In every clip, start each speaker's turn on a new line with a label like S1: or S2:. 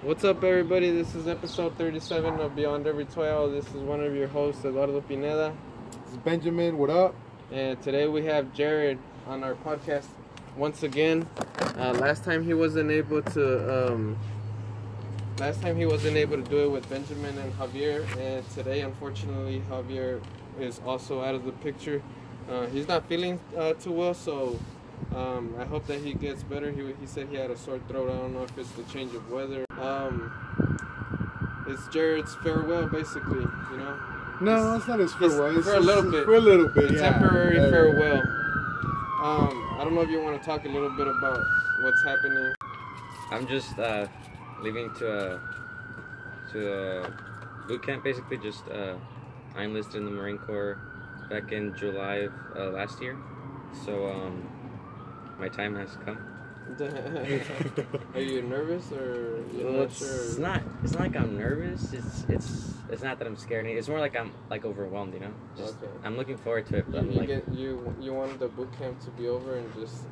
S1: What's up, everybody? This is episode 37 of Beyond Every Toil. This is one of your hosts, Eduardo Pineda.
S2: This is Benjamin. What up?
S1: And today we have Jared on our podcast once again. Uh, last time he wasn't able to. Um, last time he wasn't able to do it with Benjamin and Javier, and today, unfortunately, Javier is also out of the picture. Uh, he's not feeling uh, too well, so um, I hope that he gets better. He, he said he had a sore throat. I don't know if it's the change of weather. Um, it's Jared's farewell, basically. You know,
S2: No, it's not his farewell.
S1: it's
S2: It's
S1: for a little
S2: it's
S1: bit.
S2: For a little bit.
S1: a
S2: yeah.
S1: temporary
S2: Yeah.
S1: farewell. Um, I don't know if you want to talk a little bit about what's happening.
S3: I'm just uh, leaving to a to a boot camp. Basically, just uh, I enlisted in the Marine Corps back in July of uh, last year, so um, my time has come.
S1: Are you nervous or you're
S3: Well,
S1: not
S3: it's,
S1: sure?
S3: it's not. It's not like I'm nervous. It's it's it's not that I'm scared. It's more like I'm like overwhelmed. You know. Just,
S1: Okay.
S3: I'm looking forward to it, but
S1: You,
S3: I'm
S1: you
S3: like
S1: get you you wanted the boot camp to be over and just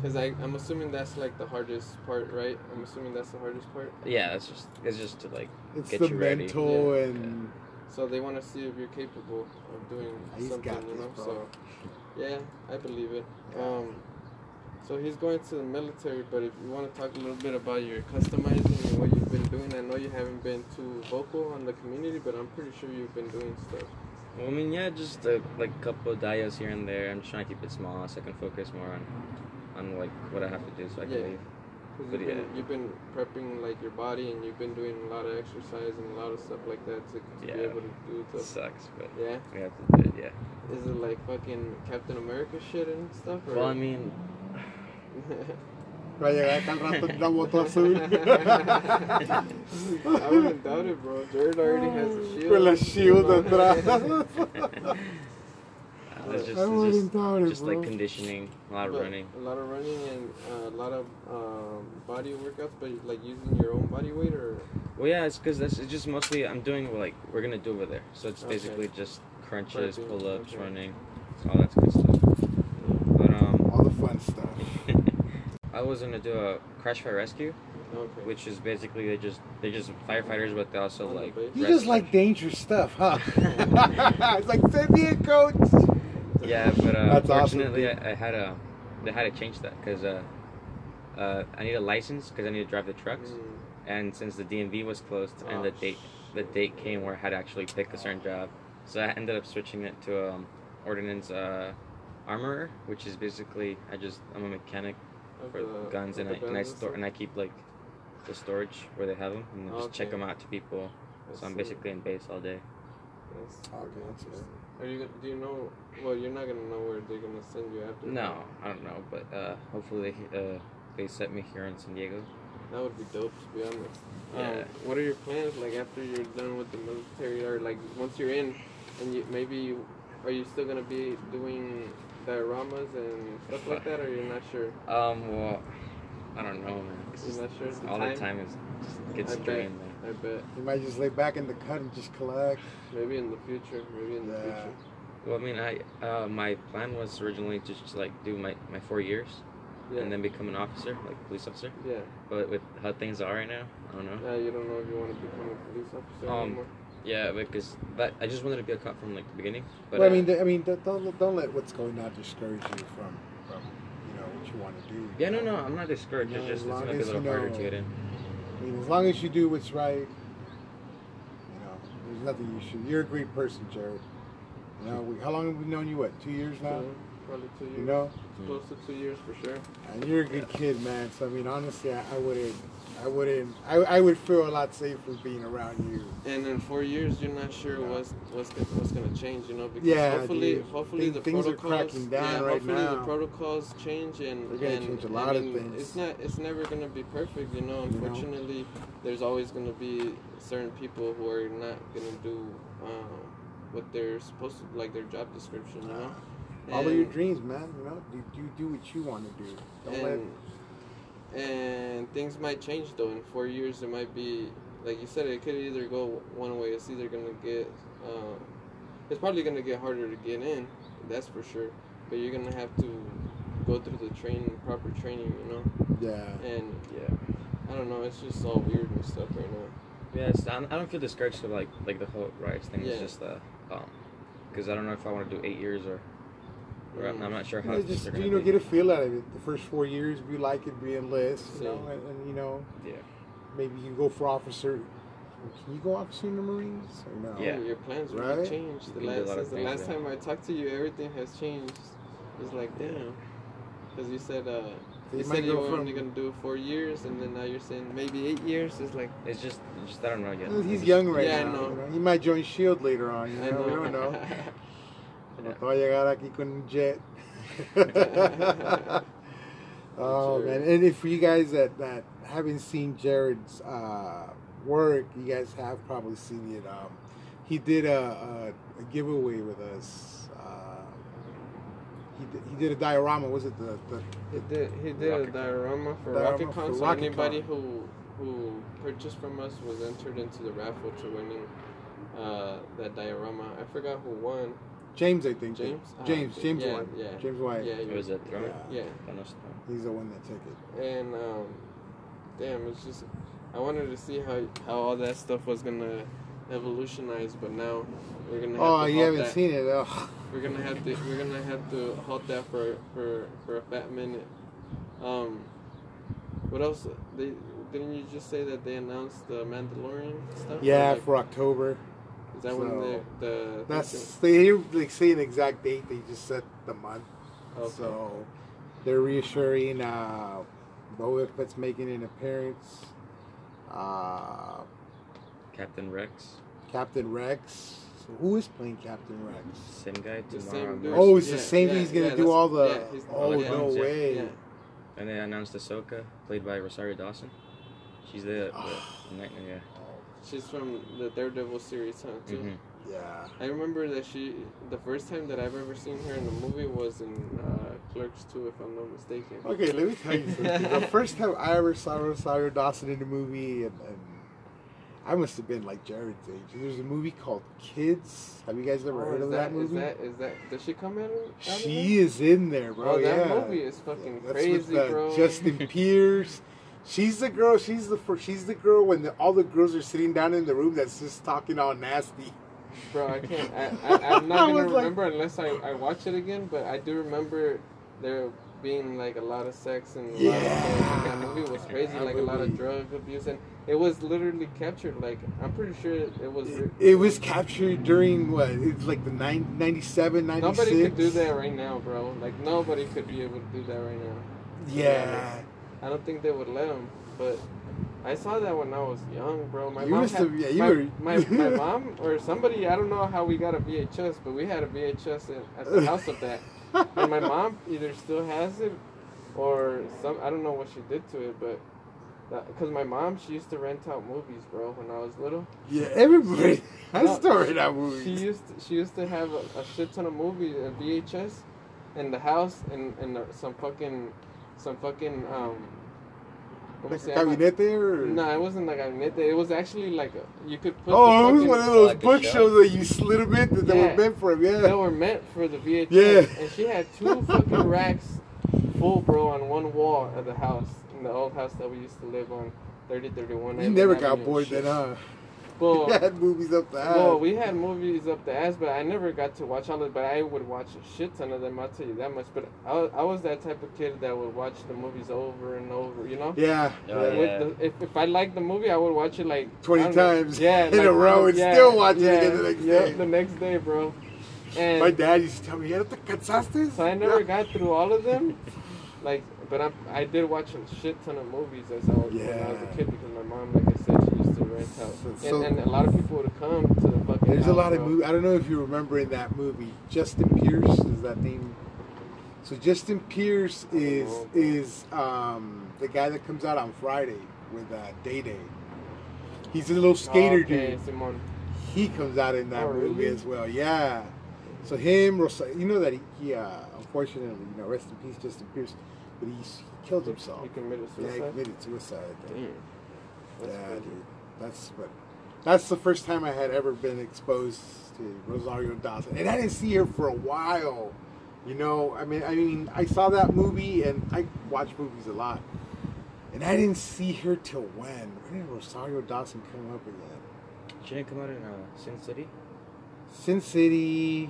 S1: because I I'm assuming that's like the hardest part, right? I'm assuming that's the hardest part.
S3: yeah. It's just it's just to like
S2: It's
S3: Get
S2: the
S3: you ready.
S2: mental
S1: Yeah.
S2: and
S1: So they want to see if you're capable of doing
S2: He's
S1: something,
S2: got
S1: you
S2: this,
S1: know.
S2: bro.
S1: So yeah, I believe it.
S2: Yeah.
S1: Um, so he's going to the military, but if you want to talk a little bit about your customizing and what you've been doing, I know you haven't been too vocal on the community, but I'm pretty sure you've been doing stuff.
S3: Well, I mean, yeah, just uh, like a couple of dios here and there. I'm just trying to keep it small so I can focus more on, on like what I have to do so I can
S1: Yeah.
S3: leave.
S1: 'Cause
S3: But
S1: you've, been,
S3: yeah.
S1: you've been prepping like your body, and you've been doing a lot of exercise and a lot of stuff like that to, to be
S3: Yeah.
S1: able to do
S3: It
S1: stuff.
S3: sucks, but
S1: Yeah,
S3: we have to do it. Yeah.
S1: is it like fucking Captain America shit and stuff? Or?
S3: Well, I mean,
S2: Va a llegar acá al rato en la moto azul.
S1: I wouldn't doubt it, bro. Jared already has a shield.
S2: Con la shield
S1: Come on.
S2: atrás.
S3: it's just,
S2: I
S3: it's
S2: wouldn't
S3: just,
S2: doubt it,
S3: just
S2: bro.
S3: like conditioning, a lot of
S1: But
S3: running.
S1: A lot of running and uh, a lot of um, body workouts, but like using your own body weight or.
S3: Well, yeah, it's because that's it's just mostly I'm doing like we're gonna do over there. So it's
S1: Okay.
S3: basically just crunches,
S1: Burpees,
S3: pull ups,
S1: okay.
S3: running, all that good stuff. But um,
S2: All the fun stuff.
S3: I was gonna do a crash fire rescue,
S1: Okay.
S3: which is basically they just they just firefighters, but they also
S1: On the
S3: like
S1: base?
S2: You
S3: rescue.
S2: just like dangerous stuff, huh? it's like send me a coach.
S3: Yeah, but uh,
S2: That's awesome,
S3: unfortunately,
S2: dude.
S3: I, I had a they had to change that because uh, uh, I need a license because I need to drive the trucks,
S1: Mm.
S3: and since the DMV was closed
S1: Oh,
S3: and the date the date came where I had to actually pick a certain job, so I ended up switching it to um, ordnance uh, armorer, which is basically I just I'm a mechanic
S1: Of
S3: for
S1: the-
S3: guns
S1: of
S3: and I,
S1: the
S3: and I
S1: guns
S3: store and I keep like the storage where they have them and I just check
S1: Okay.
S3: them out to people.
S1: stuff?
S3: So I'm basically in base all day.
S1: That's- that's
S2: Okay, that's
S1: interesting. Are you gonna, do you know? Well, you're not gonna know where they're gonna send you after.
S3: No, I don't know, but uh, hopefully uh, they set me here in San Diego.
S1: That would be dope to be honest. Um,
S3: Yeah.
S1: what are your plans like after you're done with the military, or like once you're in, and you, maybe you, are you still gonna be doing dioramas and stuff like that, or you're not sure?
S3: Um, well, I don't know, man. It's
S1: You're
S3: just,
S1: not sure at the
S3: all
S1: time?
S3: the time is just gets
S1: I bet.
S3: drained, man.
S1: I bet
S2: You might just lay back in the cut and just collect.
S1: maybe in the future, maybe in the
S2: Yeah.
S1: future.
S3: Well, I mean, I uh, my plan was originally to just like do my, my four years
S1: Yeah.
S3: and then become an officer, like police officer.
S1: yeah.
S3: But with how things are right now, I don't know.
S1: Yeah, you don't know if you want to become a police officer
S3: Um,
S1: anymore.
S3: Yeah, because that I just wanted to be a cop from like the beginning. But
S2: Well, I
S3: uh,
S2: mean, th- I mean, th- don't don't let what's going on discourage you from, from you know what you want to do.
S3: yeah, no, no, I'm not discouraged.
S2: No,
S3: it's just
S2: as
S3: it's
S2: long
S3: gonna be a
S2: as you
S3: little harder to
S2: know-
S3: get in.
S2: I mean, as long as you do what's right, you know, there's nothing you should. You're a great person, Jared. You know, we, how long have we known you? What, two years now?
S1: So, probably two years.
S2: You know,
S1: Close to two years for sure.
S2: and you're a good kid, man. So I mean, honestly, I, I wouldn't, I wouldn't, I, I would feel a lot safer being around you.
S1: And in four years, you're not sure
S2: Yeah.
S1: what's what's go- what's gonna change, you know? Because
S2: Yeah,
S1: hopefully,
S2: dude.
S1: hopefully
S2: Thing-
S1: the
S2: things are
S1: protocols,
S2: cracking down
S1: yeah,
S2: right
S1: hopefully the
S2: now.
S1: protocols change, and
S2: They're gonna
S1: and-
S2: change a lot of
S1: and
S2: things.
S1: It's not, it's never gonna be perfect, you know.
S2: You know?
S1: Unfortunately, there's always gonna be certain people who are not gonna do um, what they're supposed to, like their job description, you know.
S2: Follow your
S1: And-
S2: dreams, man. You know, you, you do what you want to do. Don't let.
S1: and, and things might change though in four years it might be like you said it could either go one way it's either gonna get um, it's probably gonna get harder to get in that's for sure but you're gonna have to go through the training proper training you know
S2: Yeah.
S1: and
S3: Yeah.
S1: I don't know. It's just all weird and stuff right now.
S4: Yeah, it's, I don't I don't feel discouraged of like like the whole riots thing. It's
S1: Yeah.
S4: just uh, um, because I don't know if I want to do eight years or, or
S1: Um,
S4: I'm- I'm not sure
S2: You
S4: how.
S2: know,
S4: things
S2: just
S4: are gonna
S2: you know,
S4: be.
S2: get a feel out of it. The first four years, be like it, be enlist, you
S1: See.
S2: know, and, and, you know,
S4: Yeah.
S2: maybe you go for officer. Can you go officer in the Marines or no?
S4: Yeah.
S1: Ooh, oh, your plans really
S2: Right?
S4: You
S1: changed. The
S4: can do a
S1: last,
S4: lot
S1: since
S4: of
S1: the
S4: things
S1: last
S4: now.
S1: time I talked to you, everything has changed. It's like damn, because you said uh,
S2: So
S1: you
S2: you
S1: said
S2: might
S1: you
S2: go
S1: were
S2: from.
S1: only gonna do four years, and then now you're saying maybe eight years. It's like
S4: It's just just I don't know yet.
S2: Well,
S4: It's
S2: He's
S4: just-
S2: young right
S1: Yeah, I
S2: now.
S1: know.
S2: you know. He might join Shield E later on. You know,
S1: I know.
S2: we don't know.
S4: Yeah.
S2: Todavía llegar aquí con un jet. oh
S1: Jared.
S2: man! And if you guys that that haven't seen Jared's uh, work, you guys have probably seen it. Um, he did a, a, a giveaway with us. Uh, he did, he did a diorama. Was it the, the
S1: He did. He did
S4: Rocket Con.
S1: a diorama for
S2: Diorama
S1: Rocket
S2: for
S1: Con. So
S2: Rocket
S1: anybody who who purchased from us was entered into the raffle to winning uh, that diorama. I forgot who won.
S2: James? I think
S1: James. Ah,
S2: James.
S1: okay.
S2: James
S1: yeah,
S2: won.
S1: Yeah.
S2: James White.
S1: Yeah.
S4: It was a throne.
S2: Yeah.
S1: Yeah.
S4: I don't know, stone.
S2: He's the one that took it.
S1: And um, damn, it's just I wanted to see how how all that stuff was gonna evolutionize, but now we're gonna. Have
S2: Oh,
S1: to
S2: you
S1: halt
S2: haven't
S1: that.
S2: seen it. Oh.
S1: We're gonna have to we're gonna have to halt that for for for a fat minute. Um, what else? They didn't you just say that they announced the Mandalorian stuff?
S2: Yeah,
S1: Like,
S2: for October.
S1: is that when
S2: so-
S1: the the
S2: That's they didn't like say an exact date. They just said the month.
S1: Okay.
S2: So they're reassuring. Uh, Boba Fett's making an appearance. Uh,
S4: Captain Rex,
S2: Captain Rex. So who is playing Captain Rex?
S4: same guy
S1: the
S4: tomorrow.
S1: same dude.
S4: March.
S2: Oh, it's the
S1: Yeah,
S2: same
S1: yeah,
S2: he's gonna
S1: yeah,
S2: do
S1: that's-
S2: all the.
S1: yeah, he's-
S2: oh
S1: yeah,
S2: no
S4: yeah,
S2: way!
S1: yeah.
S4: And they announced Ahsoka, played by Rosario Dawson. She's the,
S2: Oh.
S4: the night. Yeah.
S1: She's from the Daredevil series, huh? Too.
S3: Mm-hmm.
S4: hmm
S2: Yeah.
S1: I remember that she, the first time that I've ever seen her in a movie was in uh, Clerks 2, if I'm not mistaken.
S2: Okay, let me tell you something. the first time I ever saw Rosario Dawson in a movie, and, and I must have been like Jared's age. There's a movie called Kids. Have you guys ever
S1: Oh,
S2: heard
S1: is
S2: of
S1: that-
S2: that, movie?
S1: Is that, is that, does she come out of, out
S2: she
S1: of it?
S2: is in there, bro.
S1: Oh, that
S2: yeah.
S1: movie is fucking
S2: That's
S1: crazy,
S2: with, uh,
S1: bro.
S2: Justin Pierce. She's the girl. She's the first, she's the girl when the, all the girls are sitting down in the room that's just talking all nasty.
S1: Bro, I can't, I, I, I'm
S2: I
S1: not gonna
S2: was like-
S1: remember unless I, I watch it again, but I do remember there being like a lot of sex and a lot of
S2: Yeah.
S1: drugs. The movie was crazy,
S2: That
S1: like a lot of
S2: movie-
S1: drug abuse, and it was literally captured. Like, I'm pretty sure it was.
S2: It, it was captured during what? It's like the nine, 97, 96.
S1: Nobody could do that right now, bro. Like, nobody could be able to do that right now.
S2: Yeah.
S1: I don't think they would let him. But I saw that when I was young, bro. My
S2: You
S1: mom
S2: must
S1: had,
S2: have- yeah, you
S1: my,
S2: were-
S1: my, my mom or somebody. I don't know how we got a VHS, but we had a VHS at, at the house of that. And my mom either still has it or some. I don't know what she did to it, but. Because my mom, she used to rent out movies, bro, when I was little.
S2: Yeah, everybody has
S1: No,
S2: story that
S1: She
S2: movie.
S1: used to, she used to have a, a shit ton of movies, a VHS, in the house, and and uh, some fucking some fucking um. ¿cómo
S2: Like
S1: se
S2: a
S1: llama?
S2: gabinete or?
S1: No, it wasn't like a gabinete. It was actually like a, you could put.
S2: Oh,
S1: the
S2: it was
S1: fucking-
S2: one of those
S4: Like a
S2: book
S4: show.
S2: shows that you slid them in that they
S1: Yeah.
S2: were meant for him.
S1: that
S2: Yeah.
S1: were meant for the VHS.
S2: Yeah.
S1: And she had two fucking racks full, bro, on one wall of the house in the old house that we used to live on, thirty thirty one.
S2: You never got bored then, huh?
S1: Well,
S2: you had movies up the ass.
S1: Well, we had movies up the ass, but I never got to watch all of it. But I would watch a shit ton of them. I'll tell you that much. But I, was- I was that type of kid that would watch the movies over and over. You know.
S2: yeah.
S4: Oh,
S2: yeah.
S4: yeah.
S1: With the, if, if I liked the movie, I would watch it like I
S2: 20
S1: don't know.
S2: times
S1: Yeah,
S2: in a row and still watch it again the next
S1: yep,
S2: day.
S1: the next day, bro. And
S2: My dad used to tell me, "Yeah, te cansaste?"
S1: so I never
S2: Yeah.
S1: got through all of them. Like, but I I did watch a shit ton of movies as I was, when I was a
S2: Yeah.
S1: kid because my mom, like I said, she used to rent out,
S2: So-
S1: and,
S2: so-
S1: and a lot of people would come to the fucking.
S2: There's a
S1: house,
S2: lot of
S1: bro.
S2: movie. I don't know if you remember in that movie, Justin Pierce is that name. So Justin Pierce
S1: don't
S2: is
S1: know.
S2: is um, the guy that comes out on Friday with uh, Day Day. He's a little skater
S1: Oh, okay,
S2: dude.
S1: Simone.
S2: He comes out in that
S1: Oh,
S2: movie
S1: really?
S2: as well. Yeah. So him, Rosa, you know that he, he uh, unfortunately, you know, rest in peace, Justin Pierce, but he, s- he killed himself.
S1: He committed
S2: Yeah, he
S1: suicide.
S2: committed suicide.
S1: Damn. That's
S2: yeah,
S1: crazy.
S2: dude. That's what. That's the first time I had ever been exposed to Rosario Dawson, and I didn't see her for a while. You know, I mean, I mean, I saw that movie, and I watch movies a lot, And I didn't see her till when? When did Rosario Dawson come up again?
S3: She didn't come out in uh, Sin City.
S2: Sin City.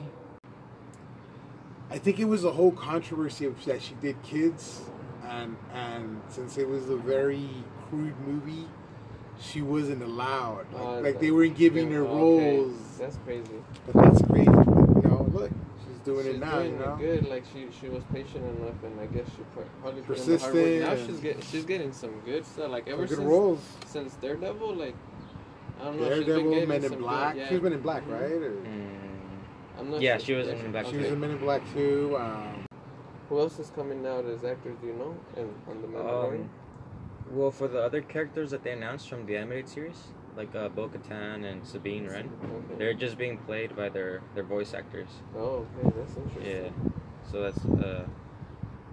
S2: I think it was the whole controversy of that she did kids, and and since it was a very crude movie, she wasn't allowed. Like,
S1: Oh,
S2: like
S1: that-
S2: they weren't giving her
S1: okay.
S2: roles.
S1: That's crazy.
S2: But that's crazy. But, you know, look, she's doing
S1: she's
S2: it now.
S1: doing
S2: you know,
S1: it good. Like she, she was patient enough, and I guess she put, probably put in the hard
S2: Persistent
S1: work. Now
S2: and-
S1: she's getting she's getting some good stuff. Like
S2: For
S1: ever
S2: good
S1: since
S2: roles.
S1: since Daredevil, like I don't know. she's been
S2: Daredevil,
S1: getting
S2: Men
S1: some
S2: in Black.
S1: Good, yeah.
S2: She was Men in Black, right? Or-
S1: I'm not
S3: Yeah,
S1: sure.
S3: she was in Black
S1: Mm-hmm.
S2: She was in Men in Black too. Um,
S1: Who else is coming out as actors? Do you know? And on the
S4: Mm,
S1: Mandalorian.
S3: Um, well, for the other characters that they announced from the animated series, like uh, Bo Katan and Sabine Wren,
S1: Okay.
S3: they're just being played by their, their voice actors.
S1: Oh, okay, that's interesting.
S3: Yeah. So that's uh,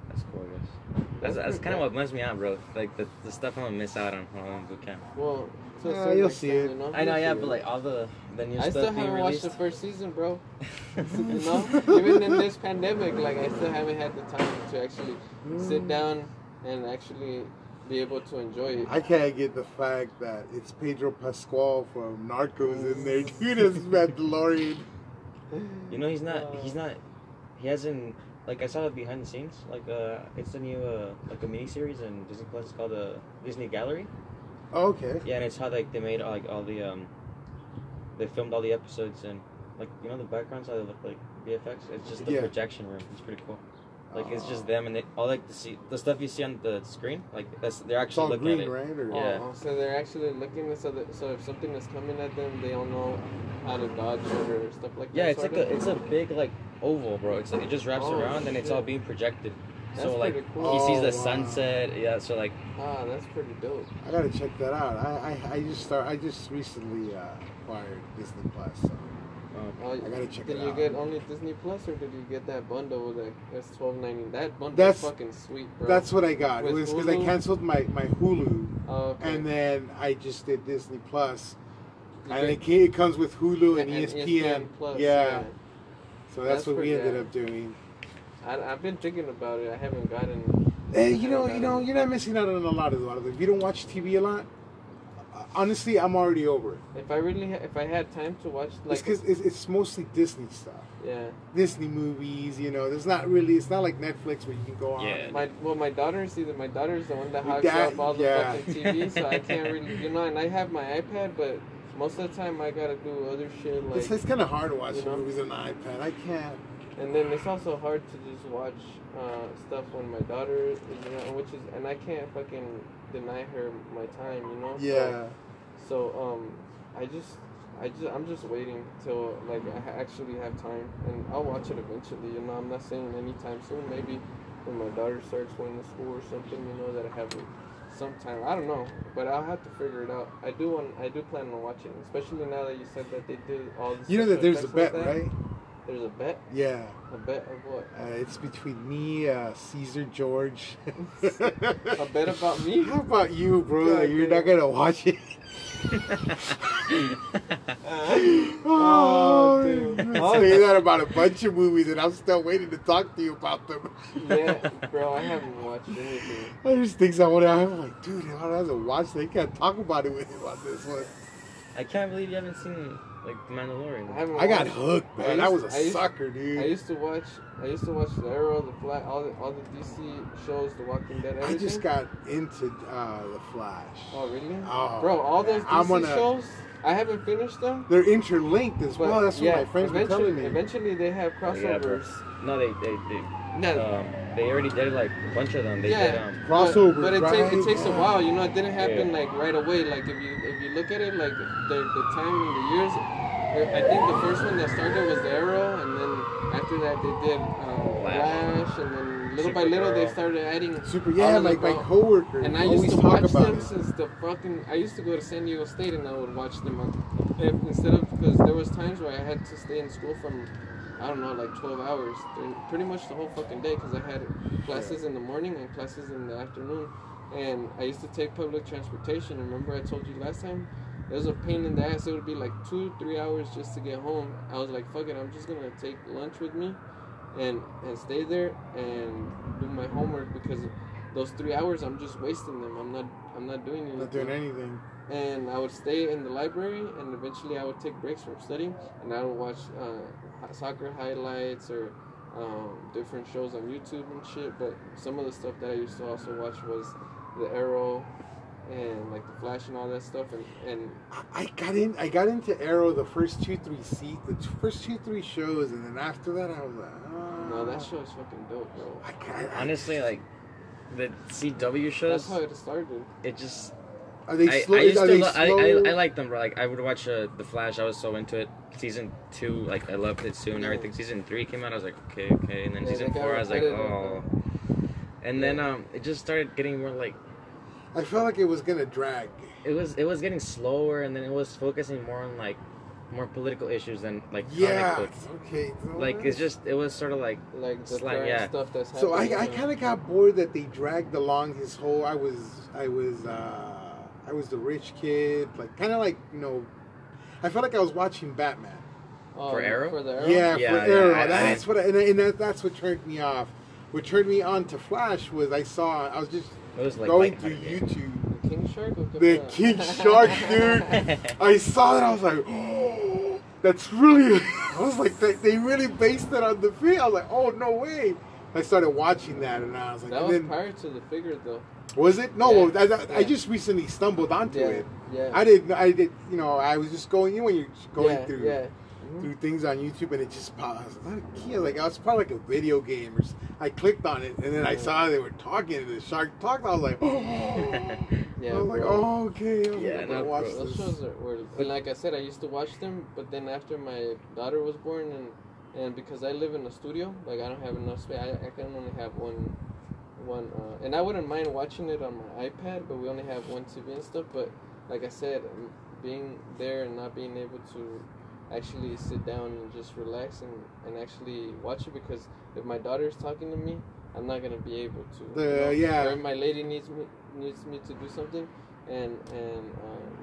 S3: that's cool, I guess. That's, that's kind of what messes me out, bro. Like the, the stuff I'm gonna miss out on while I'm in boot camp.
S1: Well, so soon
S2: Yeah, Uh, you'll
S1: next
S2: see
S1: time,
S2: it.
S1: you know?
S3: I know,
S1: You'll
S3: yeah,
S1: see
S3: but
S1: it.
S3: like all the the new
S1: I
S3: stuff
S1: still
S3: being
S1: haven't watched
S3: released.
S1: the first season, bro. You
S3: no.
S1: know, even in this pandemic, like I still haven't had the time to actually
S2: Mm.
S1: sit down and actually be able to enjoy it.
S2: I can't get the fact that it's Pedro Pascal from Narcos in there. Dude, it's Mandalorian.
S3: You know, he's not.
S1: Uh,
S3: he's not. He hasn't. Like I saw it behind the scenes. Like uh, it's a new uh, like a mini series in Disney Plus. It's called the Disney Gallery.
S2: Oh, okay.
S3: Yeah, and it's how like they made all, like all the um, they filmed all the episodes and like you know the backgrounds how they look like VFX. It's just the
S2: Yeah.
S3: projection room. It's pretty cool. Like it's
S2: Uh,
S3: just them and they all like the see the stuff you see on the screen. Like that's they're
S2: It's all
S3: actually looking
S2: green,
S3: at it.
S2: right? Or,
S3: Yeah.
S1: Oh, so they're actually looking at so that so if something is coming at them, they don't know how to dodge it or stuff like that.
S3: Yeah, it's
S1: sort
S3: like
S1: of?
S3: a it's a big like oval, bro. It's like it just wraps
S1: Oh,
S3: around and it's all
S1: shit.
S3: being projected. so
S1: That's
S3: like
S1: pretty cool.
S3: he sees the
S2: Oh, wow.
S3: sunset. Yeah, so like
S1: ah, that's pretty dope.
S2: I gotta check that out. I, I, I just start. I just recently uh, acquired Disney Plus. So
S1: Oh,
S2: I gotta check
S1: did
S2: it
S1: you
S2: out.
S1: get only Disney Plus or did you get that bundle that that's twelve ninety? That bundle
S2: That's-
S1: fucking sweet, bro.
S2: That's what I got. It
S1: With
S2: was because I
S1: Hulu?
S2: canceled my my Hulu,
S1: oh, okay.
S2: and then I just did Disney Plus,
S1: You
S2: and it,
S1: get-
S2: ca- it comes with Hulu and,
S1: and
S2: E
S1: E
S2: ESPN.
S1: Plus,
S2: yeah. So that's,
S1: That's
S2: what we
S1: pretty-
S2: ended
S1: yeah.
S2: up doing.
S1: I, I've been thinking about it. I haven't gotten.
S2: Hey, you know, you know, you're not missing out on a lot of a lot of. If you don't watch TV a lot, uh, honestly, I'm already over it.
S1: If I really, ha- if I had time to watch,
S2: It's
S1: like,
S2: 'cause it's, it's mostly Disney stuff.
S1: yeah,
S2: Disney movies, you know. There's not really. It's not like Netflix where you can go on.
S3: Yeah.
S1: my well, my daughter's either my daughter's the one that
S2: Your
S1: hogs
S2: dad-
S1: up all the
S2: yeah.
S1: fucking TV, so I can't really, you know. And I have my iPad, but most of the time I gotta do other shit,
S2: It's,
S1: like,
S2: it's kind of hard to watch
S1: You know?
S2: movies on an iPad. I can't.
S1: and then it's also hard to just watch uh, stuff when my daughter is around, which is, and I can't fucking deny her my time, you know. So-
S2: Yeah.
S1: So um, I just, I just, I'm just waiting till like I ha- actually have time, and I'll watch it eventually. You know, I'm not saying anytime soon. Maybe when my daughter starts going to school or something, you know, that I have some time. I don't know, but I'll have to figure it out. I do want, I do plan on watching, especially now that you said that they did all this.
S2: You know that there's a bet, right?
S1: There's a bet,
S2: Yeah.
S1: a bet of what?
S2: Uh, it's between me, uh, Caesar George.
S1: A bet about me?
S2: How about you, bro?
S1: God
S2: You're
S1: damn.
S2: not gonna watch it.
S1: Oh,
S2: Oh,
S1: dude.
S2: dude. Say that about a bunch of movies, and I'm still waiting to talk to you about them.
S1: yeah, bro, I haven't watched anything.
S2: I just think I want to. I'm like, dude, I don't have to watch. They can't talk about it with you on this one.
S3: I can't believe you haven't seen like The Mandalorian.
S1: I haven't.
S2: I got
S1: watched-
S2: hooked, man.
S1: Oh, I
S2: I was
S1: used-
S2: a
S1: I used-
S2: sucker, dude.
S1: I used to watch. I used to watch the Arrow, the Flash, all the all the DC shows, The Walking Dead.
S2: I
S1: Everything.
S2: just got into uh, the Flash.
S1: Oh really?
S2: Oh,
S1: Bro, all those
S2: man.
S1: DC
S2: I'm gonna-
S1: shows, I haven't finished them.
S2: They're interlinked as
S1: But
S2: well. That's
S1: yeah,
S2: what my friends were
S1: eventually,
S2: telling me.
S1: Eventually, they have
S3: Oh, Yeah, bro.
S1: crossovers.
S3: no, they they they,
S1: No,
S3: um, they already did like a bunch of them. They did
S1: Yeah.
S3: um,
S2: Crossover,
S1: but, but it,
S2: right?
S1: ta- it takes a
S2: Yeah.
S1: while. You know, it didn't happen
S3: Yeah.
S1: like right away. Like if you if you look at it, like the the time and the years. I think the first one that started was the Arrow, and then after that they did um,
S3: Flash.
S1: Flash, and then little by little they
S3: Supergirl.
S1: started adding
S2: Super,
S1: all
S2: yeah,
S1: of
S2: like
S1: them
S2: my
S1: out.
S2: coworker.
S1: And I
S2: always
S1: used to
S2: talk
S1: watch
S2: about
S1: them
S2: it.
S1: since the fucking. I used to go to San Diego State and I would watch them on, if, instead of because there was times where I had to stay in school from, I don't know, like twelve hours, during pretty much the whole fucking day because I had classes in the morning and classes in the afternoon, and I used to take public transportation. Remember I told you last time. It was a pain in the ass. It would be like two, three hours just to get home. I was like, "Fuck it, I'm just gonna take lunch with me, and and stay there and do my homework because those three hours, I'm just wasting them. I'm not. I'm not doing anything.
S2: Not doing anything.
S1: and I would stay in the library, and eventually I would take breaks from studying, and I would watch uh, soccer highlights or um, different shows on YouTube and shit. But some of the stuff that I used to also watch was the Arrow and like the Flash and all that stuff. And, and
S2: I- I got in. I got into Arrow the first two, three se- the t- first two, three shows, and then after that, I was like, oh.
S1: no, that show is fucking dope, bro.
S2: I can't. I-
S4: Honestly, like the CW
S1: That's
S4: shows,
S1: how it started.
S4: it just
S2: are they
S4: I,
S2: slow?
S4: I used
S2: are
S4: to
S2: they
S4: lo- I,
S2: slow?
S4: I, I like them, bro. Like I would watch uh, The Flash. I was so into it. Season two, like I loved it soon. Everything. Season three came out. I was like, okay, okay. And then
S1: Yeah,
S4: season
S1: they got
S4: four, I was like,
S1: repetitive,
S4: oh. And then um, it just started getting more like
S2: I felt like it was gonna drag.
S4: it was. It was getting slower, and then it was focusing more on like more political issues than like
S2: Yeah.
S4: comic books.
S2: Okay.
S4: Like it's just it was sort of like
S1: Like the
S4: It's like,
S1: current
S4: yeah.
S1: stuff that's
S2: So I,
S1: happening.
S2: I kind of got bored that they dragged along his whole. I was I was uh, I was the rich kid, like kind of like you know, I felt like I was watching Batman.
S1: um,
S4: For Arrow?
S1: For the Arrow.
S2: Yeah,
S4: Yeah,
S2: for
S4: yeah,
S2: Arrow.
S4: I- I
S2: that's
S4: didn't-
S2: what, I, and, and that, that's what turned me off. What turned me on to Flash was I saw I was just
S4: it was like
S2: going through
S4: lighthearted.
S2: YouTube.
S1: The King Shark. or
S2: The
S1: fuck?
S2: King Shark, dude. I saw that I was like, oh, that's really. I was like, they, they really based it on the film. I was like, oh no way. I started watching that and I was like,
S1: that
S2: and
S1: was
S2: then-
S1: prior to the figure, though.
S2: Was it? No,
S1: Yeah.
S2: I, I, I
S1: Yeah.
S2: just recently stumbled onto
S1: Yeah,
S2: it.
S1: yeah.
S2: I didn't. I did. You know, I was just going. You know, when you're just going
S1: yeah,
S2: through
S1: Yeah.
S2: through things on YouTube, and it just popped. I was like, yeah, like I was probably like a video game. Or s- I clicked on it, and then I
S1: Yeah.
S2: saw they were talking, and the shark talked. I was like, oh.
S1: Yeah.
S2: I was like,
S1: bro.
S2: oh, okay. I was
S4: Yeah,
S2: like, I'm
S4: no,
S2: gonna watch
S4: bro.
S1: Those
S2: this.
S1: shows are, were, and like I said, I used to watch them, but then after my daughter was born, and and because I live in a studio, like I don't have enough space, I, I can only have one, one, uh, and I wouldn't mind watching it on my iPad, but we only have one TV and stuff. But like I said, um, being there and not being able to actually sit down and just relax and, and actually watch it because if my daughter's talking to me, I'm not gonna be able to.
S2: The-
S1: you know?
S2: yeah.
S1: Or if my lady needs me needs me to do something, and and um,